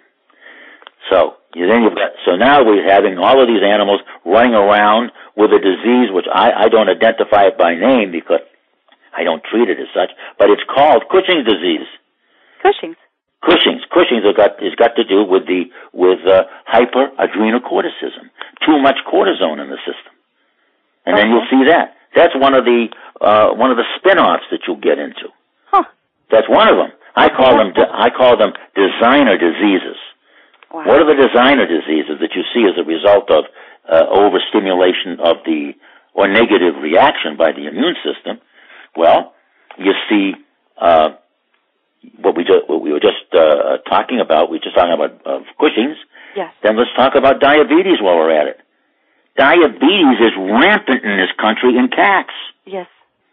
Speaker 2: So you then you've got so now we're having all of these animals running around with a disease which I, I don't identify it by name because I don't treat it as such, but it's called Cushing's disease.
Speaker 1: Cushing's.
Speaker 2: Cushing's. Cushing's has got, has got to do with the with uh, hyperadrenocorticism, too much cortisone in the system, and
Speaker 1: Okay.
Speaker 2: then you'll see that. That's one of the uh, one of the spin-offs that you'll get into.
Speaker 1: Huh.
Speaker 2: That's one of them. I call them de- I call them designer diseases.
Speaker 1: Wow.
Speaker 2: What are the designer diseases that you see as a result of uh, overstimulation of the or negative reaction by the immune system? Well, you see uh, what we just what we were just uh, talking about. We were just talking about uh, Cushing's.
Speaker 1: Yes.
Speaker 2: Then let's talk about diabetes while we're at it. Diabetes is rampant in this country in cats,
Speaker 1: Yes.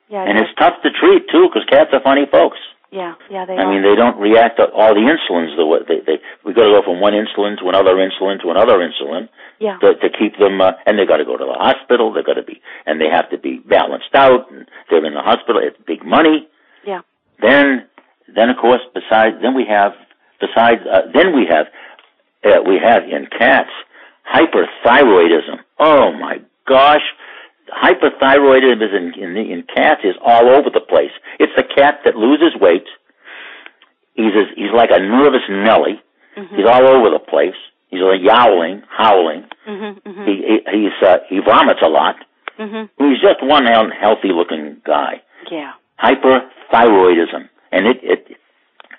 Speaker 1: Yeah.
Speaker 2: and
Speaker 1: yeah.
Speaker 2: it's tough to treat too because cats are funny folks.
Speaker 1: yeah. Yeah. They
Speaker 2: I
Speaker 1: are.
Speaker 2: mean, they don't react to all the insulins the way they, they we got to go from one insulin to another insulin to another insulin
Speaker 1: yeah.
Speaker 2: to, to keep them, uh, and they got to go to the hospital. They got to be, and they have to be balanced out. And they're in the hospital. It's big money.
Speaker 1: Yeah.
Speaker 2: Then, then of course, besides, then we have besides, uh, then we have uh, we have in cats hyperthyroidism. Oh my gosh. Hyperthyroidism is in, in, in cats is all over the place. It's the cat that loses weight. He's, as- he's like a nervous Nelly.
Speaker 1: Mm-hmm.
Speaker 2: He's all over the place. He's like yowling, howling.
Speaker 1: mm-hmm. Mm-hmm.
Speaker 2: He, he he's uh, he vomits a lot.
Speaker 1: mm-hmm.
Speaker 2: He's just one unhealthy looking guy.
Speaker 1: Yeah.
Speaker 2: Hyperthyroidism, and it it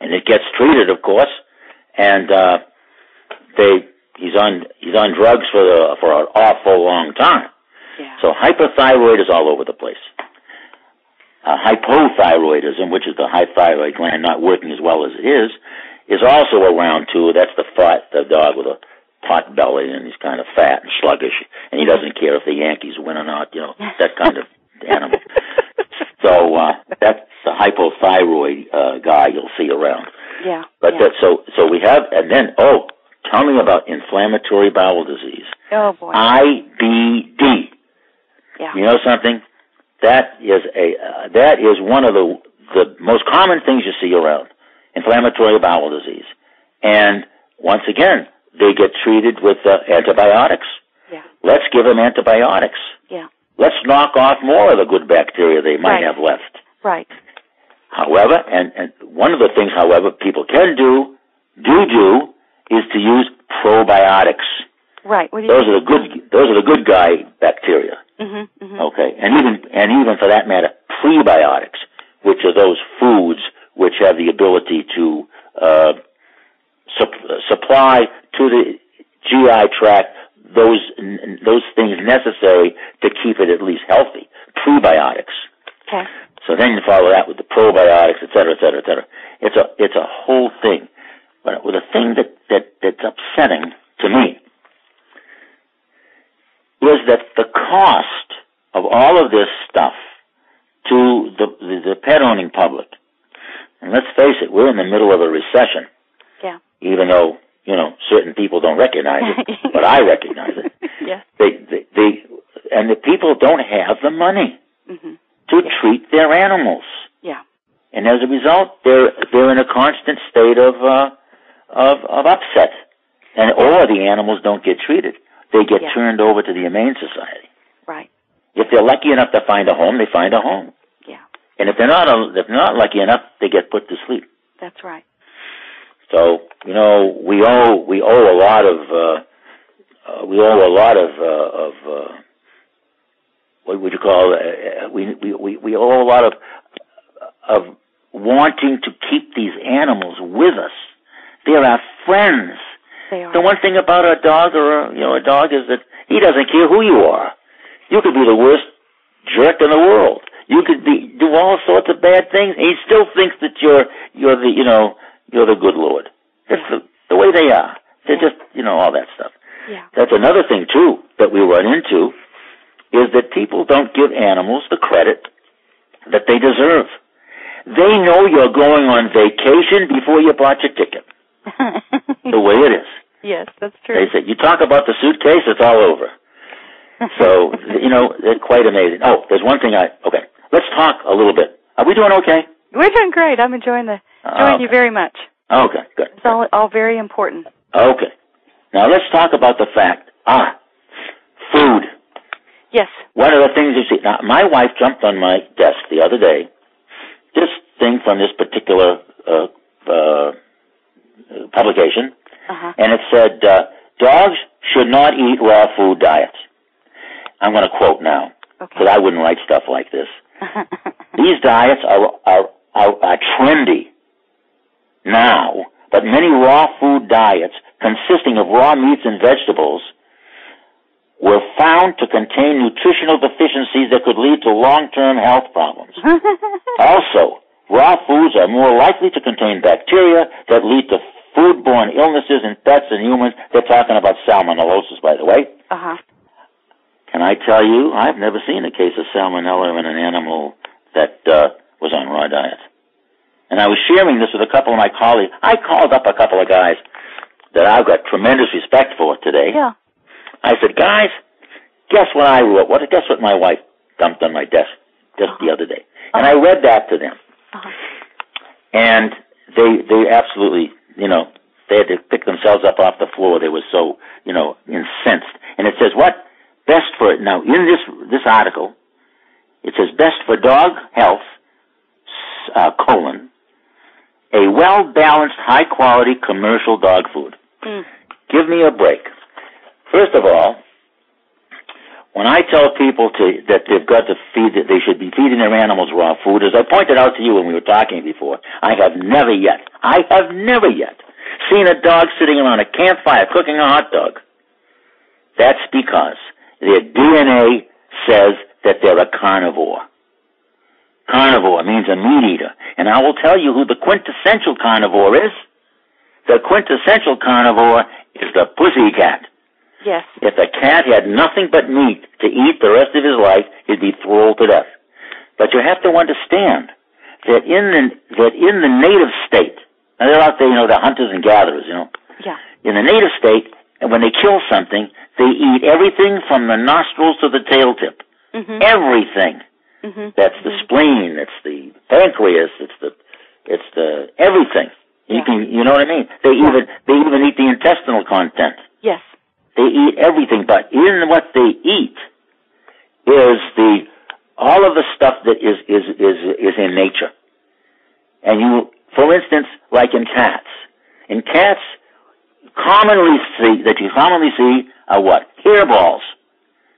Speaker 2: and it gets treated, of course. And uh, they he's on he's on drugs for the for an awful long time.
Speaker 1: Yeah.
Speaker 2: So hyperthyroid is all over the place. Uh, hypothyroidism, which is the high thyroid gland not working as well as it is, is also around too. That's the fat, the dog with a pot belly and he's kind of fat and sluggish, and he doesn't care if the Yankees win or not. You know that kind of animal. So uh, that's the hypothyroid uh, guy you'll see around.
Speaker 1: <laughs> yeah.
Speaker 2: But
Speaker 1: yeah.
Speaker 2: that, so so we have, and then oh, tell me about inflammatory bowel disease,
Speaker 1: oh boy.
Speaker 2: IBD.
Speaker 1: yeah.
Speaker 2: You know something? That is a uh, that is one of the the most common things you see around inflammatory bowel disease, and once again they get treated with uh, antibiotics.
Speaker 1: Yeah.
Speaker 2: Let's give them antibiotics.
Speaker 1: Yeah.
Speaker 2: Let's knock off more of the good bacteria they might
Speaker 1: Right.
Speaker 2: have left.
Speaker 1: Right.
Speaker 2: However, and, and one of the things, however, people can do, do do, is to use probiotics.
Speaker 1: Right. What do you?
Speaker 2: Those are the good. Those are the good guy bacteria.
Speaker 1: Mm-hmm. Mm-hmm.
Speaker 2: Okay, and even and even for that matter, prebiotics, which are those foods which have the ability to uh, sup- uh, supply to the GI tract those n- n- those things necessary to keep it at least healthy. Prebiotics.
Speaker 1: Okay.
Speaker 2: So then you follow that with the probiotics, et cetera, et cetera, et cetera. It's a it's a whole thing. But with a thing that, that that's upsetting to me is that the cost of all of this stuff to the the, the pet owning public. And let's face it, we're in the middle of a recession,
Speaker 1: Yeah.
Speaker 2: even though you know certain people
Speaker 1: <laughs>
Speaker 2: don't recognize it, but I recognize it.
Speaker 1: yes.
Speaker 2: They, they, they and the people don't have the money
Speaker 1: Mm-hmm.
Speaker 2: to
Speaker 1: Yeah.
Speaker 2: treat their animals
Speaker 1: Yeah.
Speaker 2: and as a result, they're they're in a constant state of uh, of of upset, and or the animals don't get treated. They get
Speaker 1: Yeah.
Speaker 2: turned over to the Humane Society.
Speaker 1: Right.
Speaker 2: If they're lucky enough to find a home, they find a home,
Speaker 1: Yeah.
Speaker 2: and if they're not if they're not lucky enough, they get put to sleep.
Speaker 1: That's right.
Speaker 2: So you know we owe we owe a lot of uh, uh, we owe a lot of uh, of uh, what would you call uh, uh, we, we we we owe a lot of of wanting to keep these animals with us. They're our friends.
Speaker 1: They are.
Speaker 2: The one thing about a dog or a, you know a dog is that he doesn't care who you are. You could be the worst jerk in the world. You could be do all sorts of bad things. and He still thinks that you're you're the you know you're the good Lord. That's the, the way they are. They're
Speaker 1: Yeah.
Speaker 2: just you know all that stuff.
Speaker 1: Yeah.
Speaker 2: That's another thing too that we run into is that people don't give animals the credit that they deserve. They know you're going on vacation before you bought your ticket. the way it is.
Speaker 1: <laughs> Yes, that's true.
Speaker 2: They said, you talk about the suitcase, it's all over.
Speaker 1: <laughs>
Speaker 2: So, you know, they're quite amazing. Oh, there's one thing I, okay. Let's talk a little bit. Are we doing okay?
Speaker 1: We're doing great. I'm enjoying the enjoying
Speaker 2: Okay.
Speaker 1: you very much.
Speaker 2: Okay, good.
Speaker 1: It's all all very important.
Speaker 2: Okay. Now let's talk about the fact, ah, food.
Speaker 1: Yes.
Speaker 2: One of the things you see, now my wife jumped on my desk the other day, this thing from this particular, uh, uh, publication,
Speaker 1: Uh-huh.
Speaker 2: and it said, uh, dogs should not eat raw food diets. I'm going to quote now,
Speaker 1: Okay.
Speaker 2: because I wouldn't write stuff like this. These diets are, are, are, are trendy now, but many raw food diets consisting of raw meats and vegetables were found to contain nutritional deficiencies that could lead to long-term health problems. Also, raw foods are more likely to contain bacteria that lead to foodborne illnesses in pets and humans. They're talking about salmonellosis, by the way.
Speaker 1: <laughs> uh-huh.
Speaker 2: Can I tell you, I've never seen a case of salmonella in an animal that uh, was on raw diet. And I was sharing this with a couple of my colleagues. I called up a couple of guys that I've got tremendous respect for today.
Speaker 1: Yeah.
Speaker 2: I said, guys, guess what I wrote? What guess what my wife dumped on my desk just the other day? And I read that to them.
Speaker 1: Uh-huh.
Speaker 2: and they they absolutely you know they had to pick themselves up off the floor they were so you know incensed and it says what best for now in this this article it says best for dog health s- uh, colon a well balanced high quality commercial dog food
Speaker 1: Mm.
Speaker 2: give me a break first of all when I tell people to, that they've got to feed, that they should be feeding their animals raw food, as I pointed out to you when we were talking before, I have never yet, I have never yet seen a dog sitting around a campfire cooking a hot dog. That's because their DNA says that they're a carnivore. Carnivore means a meat eater. And I will tell you who the quintessential carnivore is. The quintessential carnivore is the pussy cat.
Speaker 1: Yes.
Speaker 2: If a cat had nothing but meat to eat the rest of his life, he'd be thrilled to death. But you have to understand that in the that in the native state, and they're out there, you know, the hunters and gatherers, you know,
Speaker 1: Yeah.
Speaker 2: in the native state, and when they kill something, they eat everything from the nostrils to the tail tip.
Speaker 1: Mhm.
Speaker 2: Everything.
Speaker 1: Mhm.
Speaker 2: That's the
Speaker 1: Mhm.
Speaker 2: spleen. It's the pancreas. It's the it's the everything. You
Speaker 1: Yeah.
Speaker 2: can you know what I mean? They
Speaker 1: Yeah.
Speaker 2: even they even eat the intestinal content.
Speaker 1: Yes.
Speaker 2: They eat everything, but in what they eat is the all of the stuff that is is is is in nature. And you, for instance, like in cats, in cats, commonly see that you commonly see are what hairballs.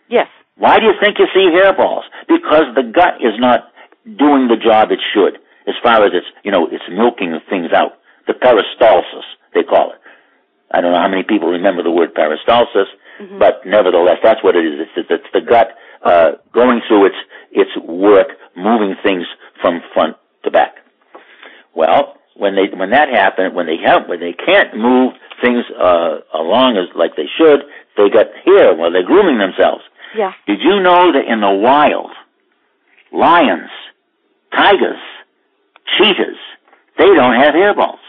Speaker 1: Yes.
Speaker 2: Why do you think you see hairballs? Because the gut is not doing the job it should, as far as it's you know it's milking things out. The peristalsis they call it. I don't know how many people remember the word peristalsis,
Speaker 1: Mhm.
Speaker 2: but nevertheless, that's what it is. It's, it's, it's the gut uh, going through its its work, moving things from front to back. Well, when they when that happened, when they have when they can't move things uh, along as like they should, they got here while they're grooming themselves.
Speaker 1: Yeah.
Speaker 2: Did you know that in the wild, lions, tigers, cheetahs, they don't have hairballs?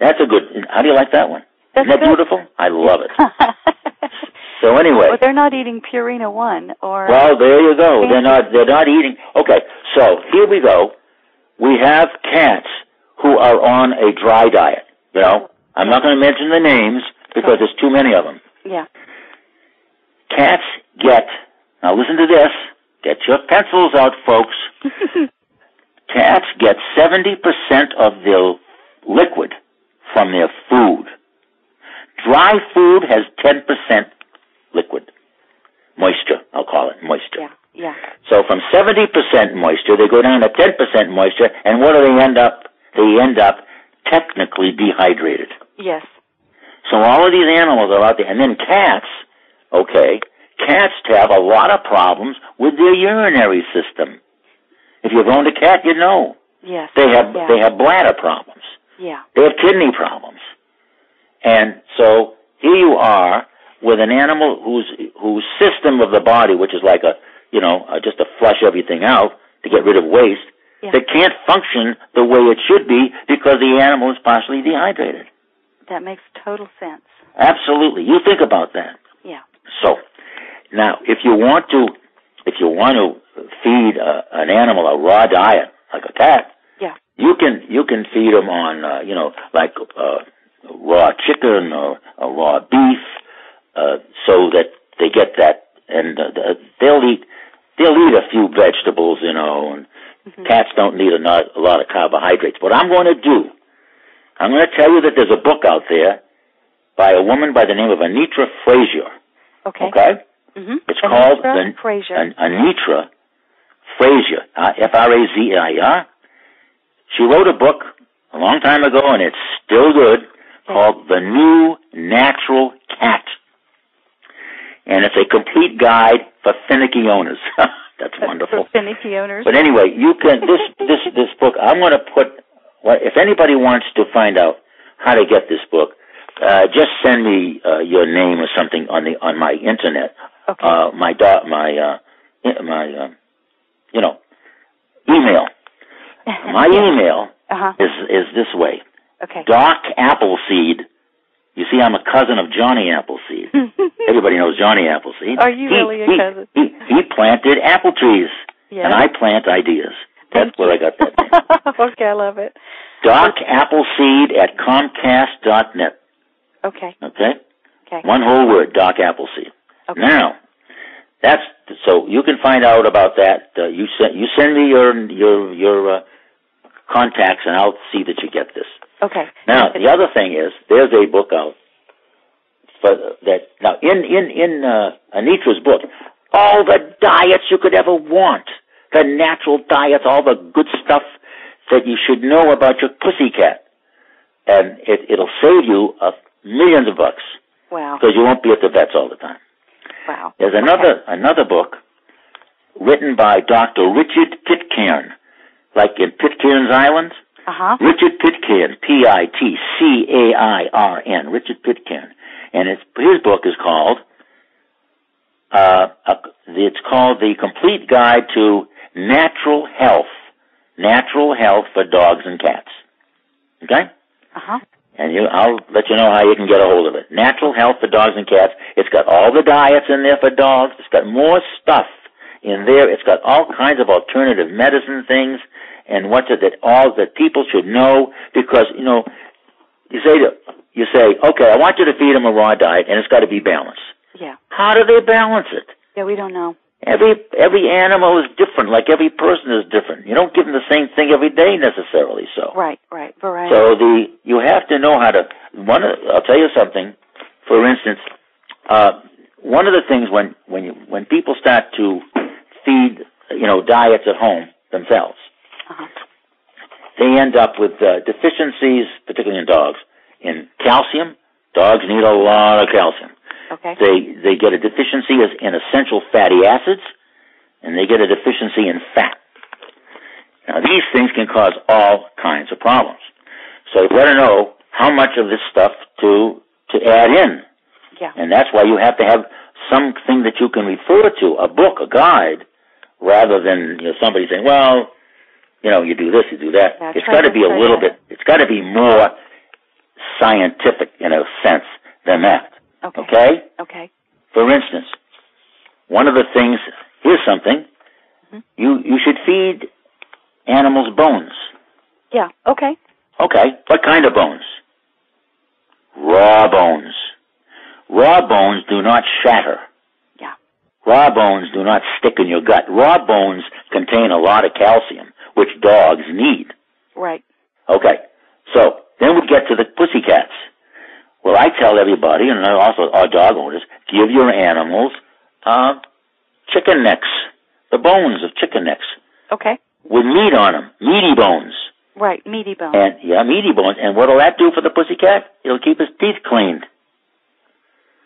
Speaker 2: That's a good. How do you like that one?
Speaker 1: That's
Speaker 2: Isn't that
Speaker 1: good.
Speaker 2: beautiful? I love it.
Speaker 1: so <laughs>
Speaker 2: So anyway,
Speaker 1: Well, they're not eating Purina One or
Speaker 2: well, there you go.
Speaker 1: Thank
Speaker 2: They're not. They're not eating. Okay, so here we go. We have cats who are on a dry diet. You know, I'm not going to mention the names because there's too many of them. <laughs>
Speaker 1: yeah.
Speaker 2: Cats get, now listen to this, get your pencils out, folks. Cats get 70% of their liquid from their food. Dry food has 10% liquid. Moisture, I'll call it moisture.
Speaker 1: yeah. Yeah.
Speaker 2: So from 70% moisture, they go down to 10% moisture, and what do they end up? They end up technically dehydrated.
Speaker 1: Yes.
Speaker 2: So all of these animals are out there, and then cats. Okay, cats have a lot of problems with their urinary system. If you've owned a cat, you know
Speaker 1: Yes.
Speaker 2: they have
Speaker 1: yeah.
Speaker 2: they have bladder problems,
Speaker 1: Yeah.
Speaker 2: they have kidney problems, and so here you are with an animal whose whose system of the body, which is like a you know uh, just to flush everything out to get rid of waste,
Speaker 1: Yeah.
Speaker 2: that can't function the way it should be because the animal is partially dehydrated.
Speaker 1: That makes total sense.
Speaker 2: Absolutely. You think about that.
Speaker 1: Yeah.
Speaker 2: So, now if you want to, if you want to feed a, an animal a raw diet like a cat,
Speaker 1: Yeah.
Speaker 2: you can you can feed them on uh, you know like uh, raw chicken or, or raw beef, uh, so that they get that, and uh, the- they'll eat they'll eat a few vegetables, you know, and
Speaker 1: Mhm.
Speaker 2: cats don't need a, not, a lot of carbohydrates. What I'm going to do, I'm going to tell you that there's a book out there by a woman by the name of Anitra Frazier.
Speaker 1: Okay.
Speaker 2: okay?
Speaker 1: Mm-hmm.
Speaker 2: It's called the-
Speaker 1: Fraser.
Speaker 2: An- Anitra Frazier, uh, F R A Z I R. She wrote a book a long time ago, and it's still good, called The New Natural Cat. And it's a complete guide for finicky owners. <laughs> That's wonderful.
Speaker 1: Uh, For finicky owners.
Speaker 2: But anyway, you can this this this book. I'm going to put. Well, if anybody wants to find out how to get this book, uh, just send me uh, your name or something on the on my internet.
Speaker 1: okay.
Speaker 2: Uh, my dot my uh, i- my uh, you know email. uh, My email
Speaker 1: <laughs> Uh-huh.
Speaker 2: is is this way.
Speaker 1: Okay.
Speaker 2: Doc Appleseed. You see, I'm a cousin of Johnny Appleseed. <laughs>
Speaker 1: <laughs>
Speaker 2: Everybody knows Johnny Appleseed.
Speaker 1: Are you
Speaker 2: He-
Speaker 1: really a
Speaker 2: he-
Speaker 1: cousin?
Speaker 2: He, he planted apple trees,
Speaker 1: Yes.
Speaker 2: and I plant ideas. That's
Speaker 1: Thank
Speaker 2: where I
Speaker 1: you.
Speaker 2: got that name.
Speaker 1: <laughs> okay, I love it.
Speaker 2: Doc Appleseed at Comcast dot net.
Speaker 1: Okay.
Speaker 2: Okay?
Speaker 1: Okay.
Speaker 2: One whole word, Doc Appleseed.
Speaker 1: Okay.
Speaker 2: Now, that's so you can find out about that. Uh, you send you send me your your your uh, contacts, and I'll see that you get this.
Speaker 1: Okay.
Speaker 2: Now, the other thing is, there's a book out for that. Now, in in in uh, Anitra's book, all the diets you could ever want, the natural diets, all the good stuff that you should know about your pussycat, and it, it'll save you uh, millions of bucks
Speaker 1: Wow.
Speaker 2: because you won't be at the vets all the time.
Speaker 1: Wow.
Speaker 2: There's another another book written by Dr. Richard Pitcairn, like in Pitcairn's Island.
Speaker 1: Uh huh.
Speaker 2: Richard Pitcairn, P I T C A I R N, Richard Pitcairn, and it's, his book is called. Uh, a, it's called the Complete Guide to Natural Health, Natural Health for Dogs and Cats. Okay,
Speaker 1: Uh huh.
Speaker 2: and you, I'll let you know how you can get a hold of it. Natural Health for Dogs and Cats. It's got all the diets in there for dogs. It's got more stuff in there. It's got all kinds of alternative medicine things and what's it that all that people should know because you know you say to you say okay I want you to feed them a raw diet and it's got to be balanced.
Speaker 1: Yeah.
Speaker 2: How do they balance it?
Speaker 1: Yeah, we don't know.
Speaker 2: Every every animal is different, like every person is different. You don't give them the same thing every day necessarily. So
Speaker 1: Right, right. Variety.
Speaker 2: so the you have to know how to. One, of- I'll tell you something. For instance, uh, one of the things when when you, when people start to feed you know diets at home themselves,
Speaker 1: uh-huh.
Speaker 2: they end up with uh, deficiencies, particularly in dogs, in calcium. Dogs need a lot of calcium.
Speaker 1: Okay.
Speaker 2: They they get a deficiency is- in essential fatty acids, and they get a deficiency in fat. Now these things can cause all kinds of problems. So you got to know how much of this stuff to to add in,
Speaker 1: Yeah.
Speaker 2: and that's why you have to have something that you can refer to, a book, a guide, rather than you know, somebody saying, well, you know, you do this, you do that.
Speaker 1: Yeah,
Speaker 2: it's
Speaker 1: try
Speaker 2: got to
Speaker 1: this,
Speaker 2: be a
Speaker 1: try
Speaker 2: little
Speaker 1: that.
Speaker 2: bit. It's got to be more scientific in a sense than that.
Speaker 1: Okay.
Speaker 2: okay?
Speaker 1: Okay.
Speaker 2: For instance, one of the things here's something
Speaker 1: Mhm.
Speaker 2: you you should feed animals bones.
Speaker 1: Yeah. Okay.
Speaker 2: Okay, what kind of bones? Raw bones. Raw bones do not shatter.
Speaker 1: Yeah.
Speaker 2: Raw bones do not stick in your gut. Raw bones contain a lot of calcium, which dogs need.
Speaker 1: Right.
Speaker 2: Okay. So then we get to the pussycats. Well, I tell everybody, and I also our dog owners, give your animals uh, chicken necks, the bones of chicken necks
Speaker 1: Okay.
Speaker 2: with meat on them, meaty bones,
Speaker 1: Right. Meaty bone.
Speaker 2: and yeah, meaty bones. And what'll that do for the pussycat? It'll keep his teeth cleaned.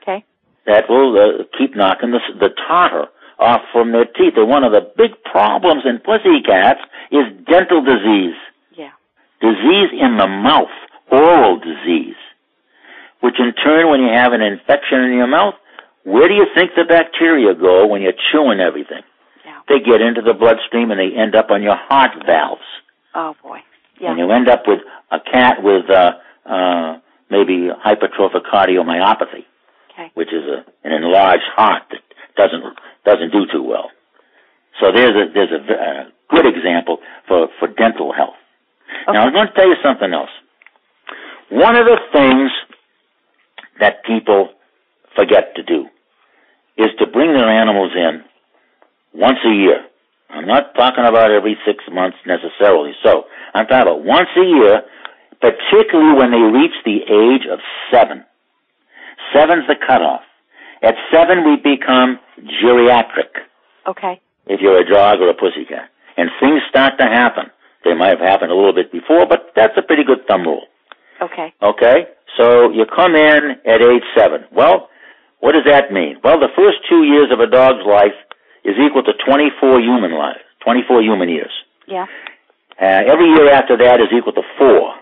Speaker 1: Okay.
Speaker 2: That will uh, keep knocking the the tartar off from their teeth. And one of the big problems in pussycats is dental disease.
Speaker 1: Yeah.
Speaker 2: disease in the mouth, oral disease, which in turn, when you have an infection in your mouth, where do you think the bacteria go when you're chewing everything?
Speaker 1: Yeah.
Speaker 2: they get into the bloodstream and they end up on your heart valves.
Speaker 1: Oh boy. Yeah.
Speaker 2: And you end up with a cat with uh, uh, maybe hypertrophic cardiomyopathy,
Speaker 1: Okay.
Speaker 2: which is a, an enlarged heart that doesn't doesn't do too well. So there's a there's a, v- a good example for for dental health. Now I'm
Speaker 1: Okay.
Speaker 2: going to tell you something else. One of the things that people forget to do is to bring their animals in once a year. I'm not talking about every six months necessarily. So I'm talking about once a year, particularly when they reach the age of seven. Seven's the cutoff. At seven, we become geriatric
Speaker 1: Okay.
Speaker 2: if you're a dog or a pussycat. And things start to happen. They might have happened a little bit before, but that's a pretty good thumb rule.
Speaker 1: Okay.
Speaker 2: Okay? So you come in at age seven. Well, what does that mean? Well, the first two years of a dog's life is equal to 24 human life, 24 human years.
Speaker 1: Yeah.
Speaker 2: Uh, every year after that is equal to four.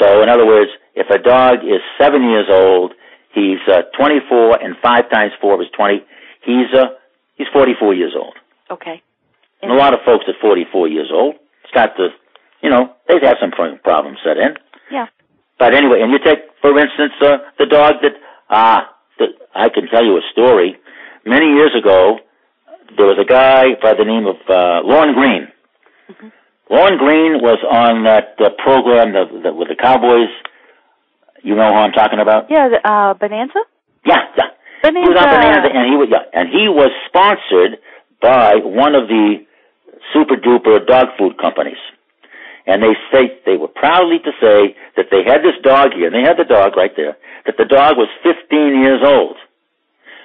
Speaker 2: So, in other words, if a dog is seven years old, he's uh, 24, and five times four is 20. He's uh, he's 44 years old.
Speaker 1: Okay.
Speaker 2: And a lot of folks at 44 years old start to, you know, they have some pro- problems set in.
Speaker 1: Yeah.
Speaker 2: But anyway, and you take, for instance, uh, the dog that, ah, that I can tell you a story. Many years ago, there was a guy by the name of uh, Lorne Green.
Speaker 1: Mhm.
Speaker 2: Lorne Green was on that uh, program that, that with the Cowboys. You know who I'm talking about?
Speaker 1: Yeah. The, uh, Bonanza.
Speaker 2: Yeah, yeah.
Speaker 1: Bonanza.
Speaker 2: He was on Bonanza, and he was yeah, and he was sponsored by one of the super duper dog food companies. And they say they were proudly to say that they had this dog here, and they had the dog right there, that the dog was 15 years old,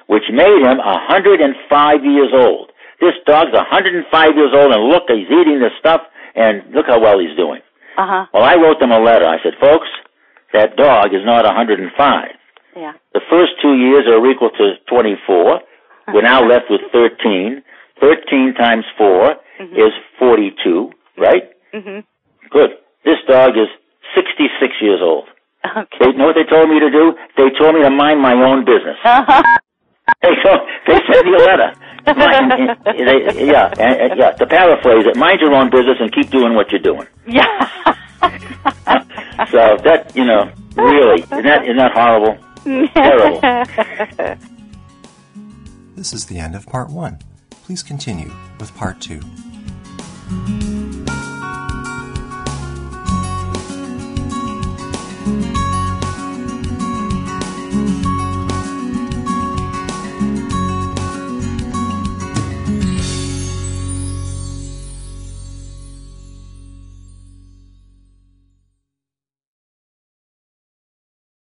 Speaker 2: which made him 105 years old. This dog's 105 years old, and look, he's eating this stuff, and look how well he's doing.
Speaker 1: Uh huh.
Speaker 2: Well, I wrote them a letter. I said, folks, that dog is not 105.
Speaker 1: Yeah.
Speaker 2: The first two years are equal to 24. We're now left with 13. 13 times 4
Speaker 1: Mhm.
Speaker 2: is 42, right?
Speaker 1: Mhm.
Speaker 2: Good. This dog is 66 years old. They
Speaker 1: Okay.
Speaker 2: know what they told me to do? They told me to mind my own business.
Speaker 1: <laughs> Uh-huh.
Speaker 2: <laughs> They, told, they sent me a letter. Mind- they- yeah, and- and- yeah, to paraphrase it, mind your own business and keep doing what you're doing. <laughs>
Speaker 1: Yeah.
Speaker 2: So that, you know, really, isn't that, isn't that horrible?
Speaker 1: <laughs>
Speaker 2: terrible.
Speaker 3: This is the end of part one. Please continue with part two.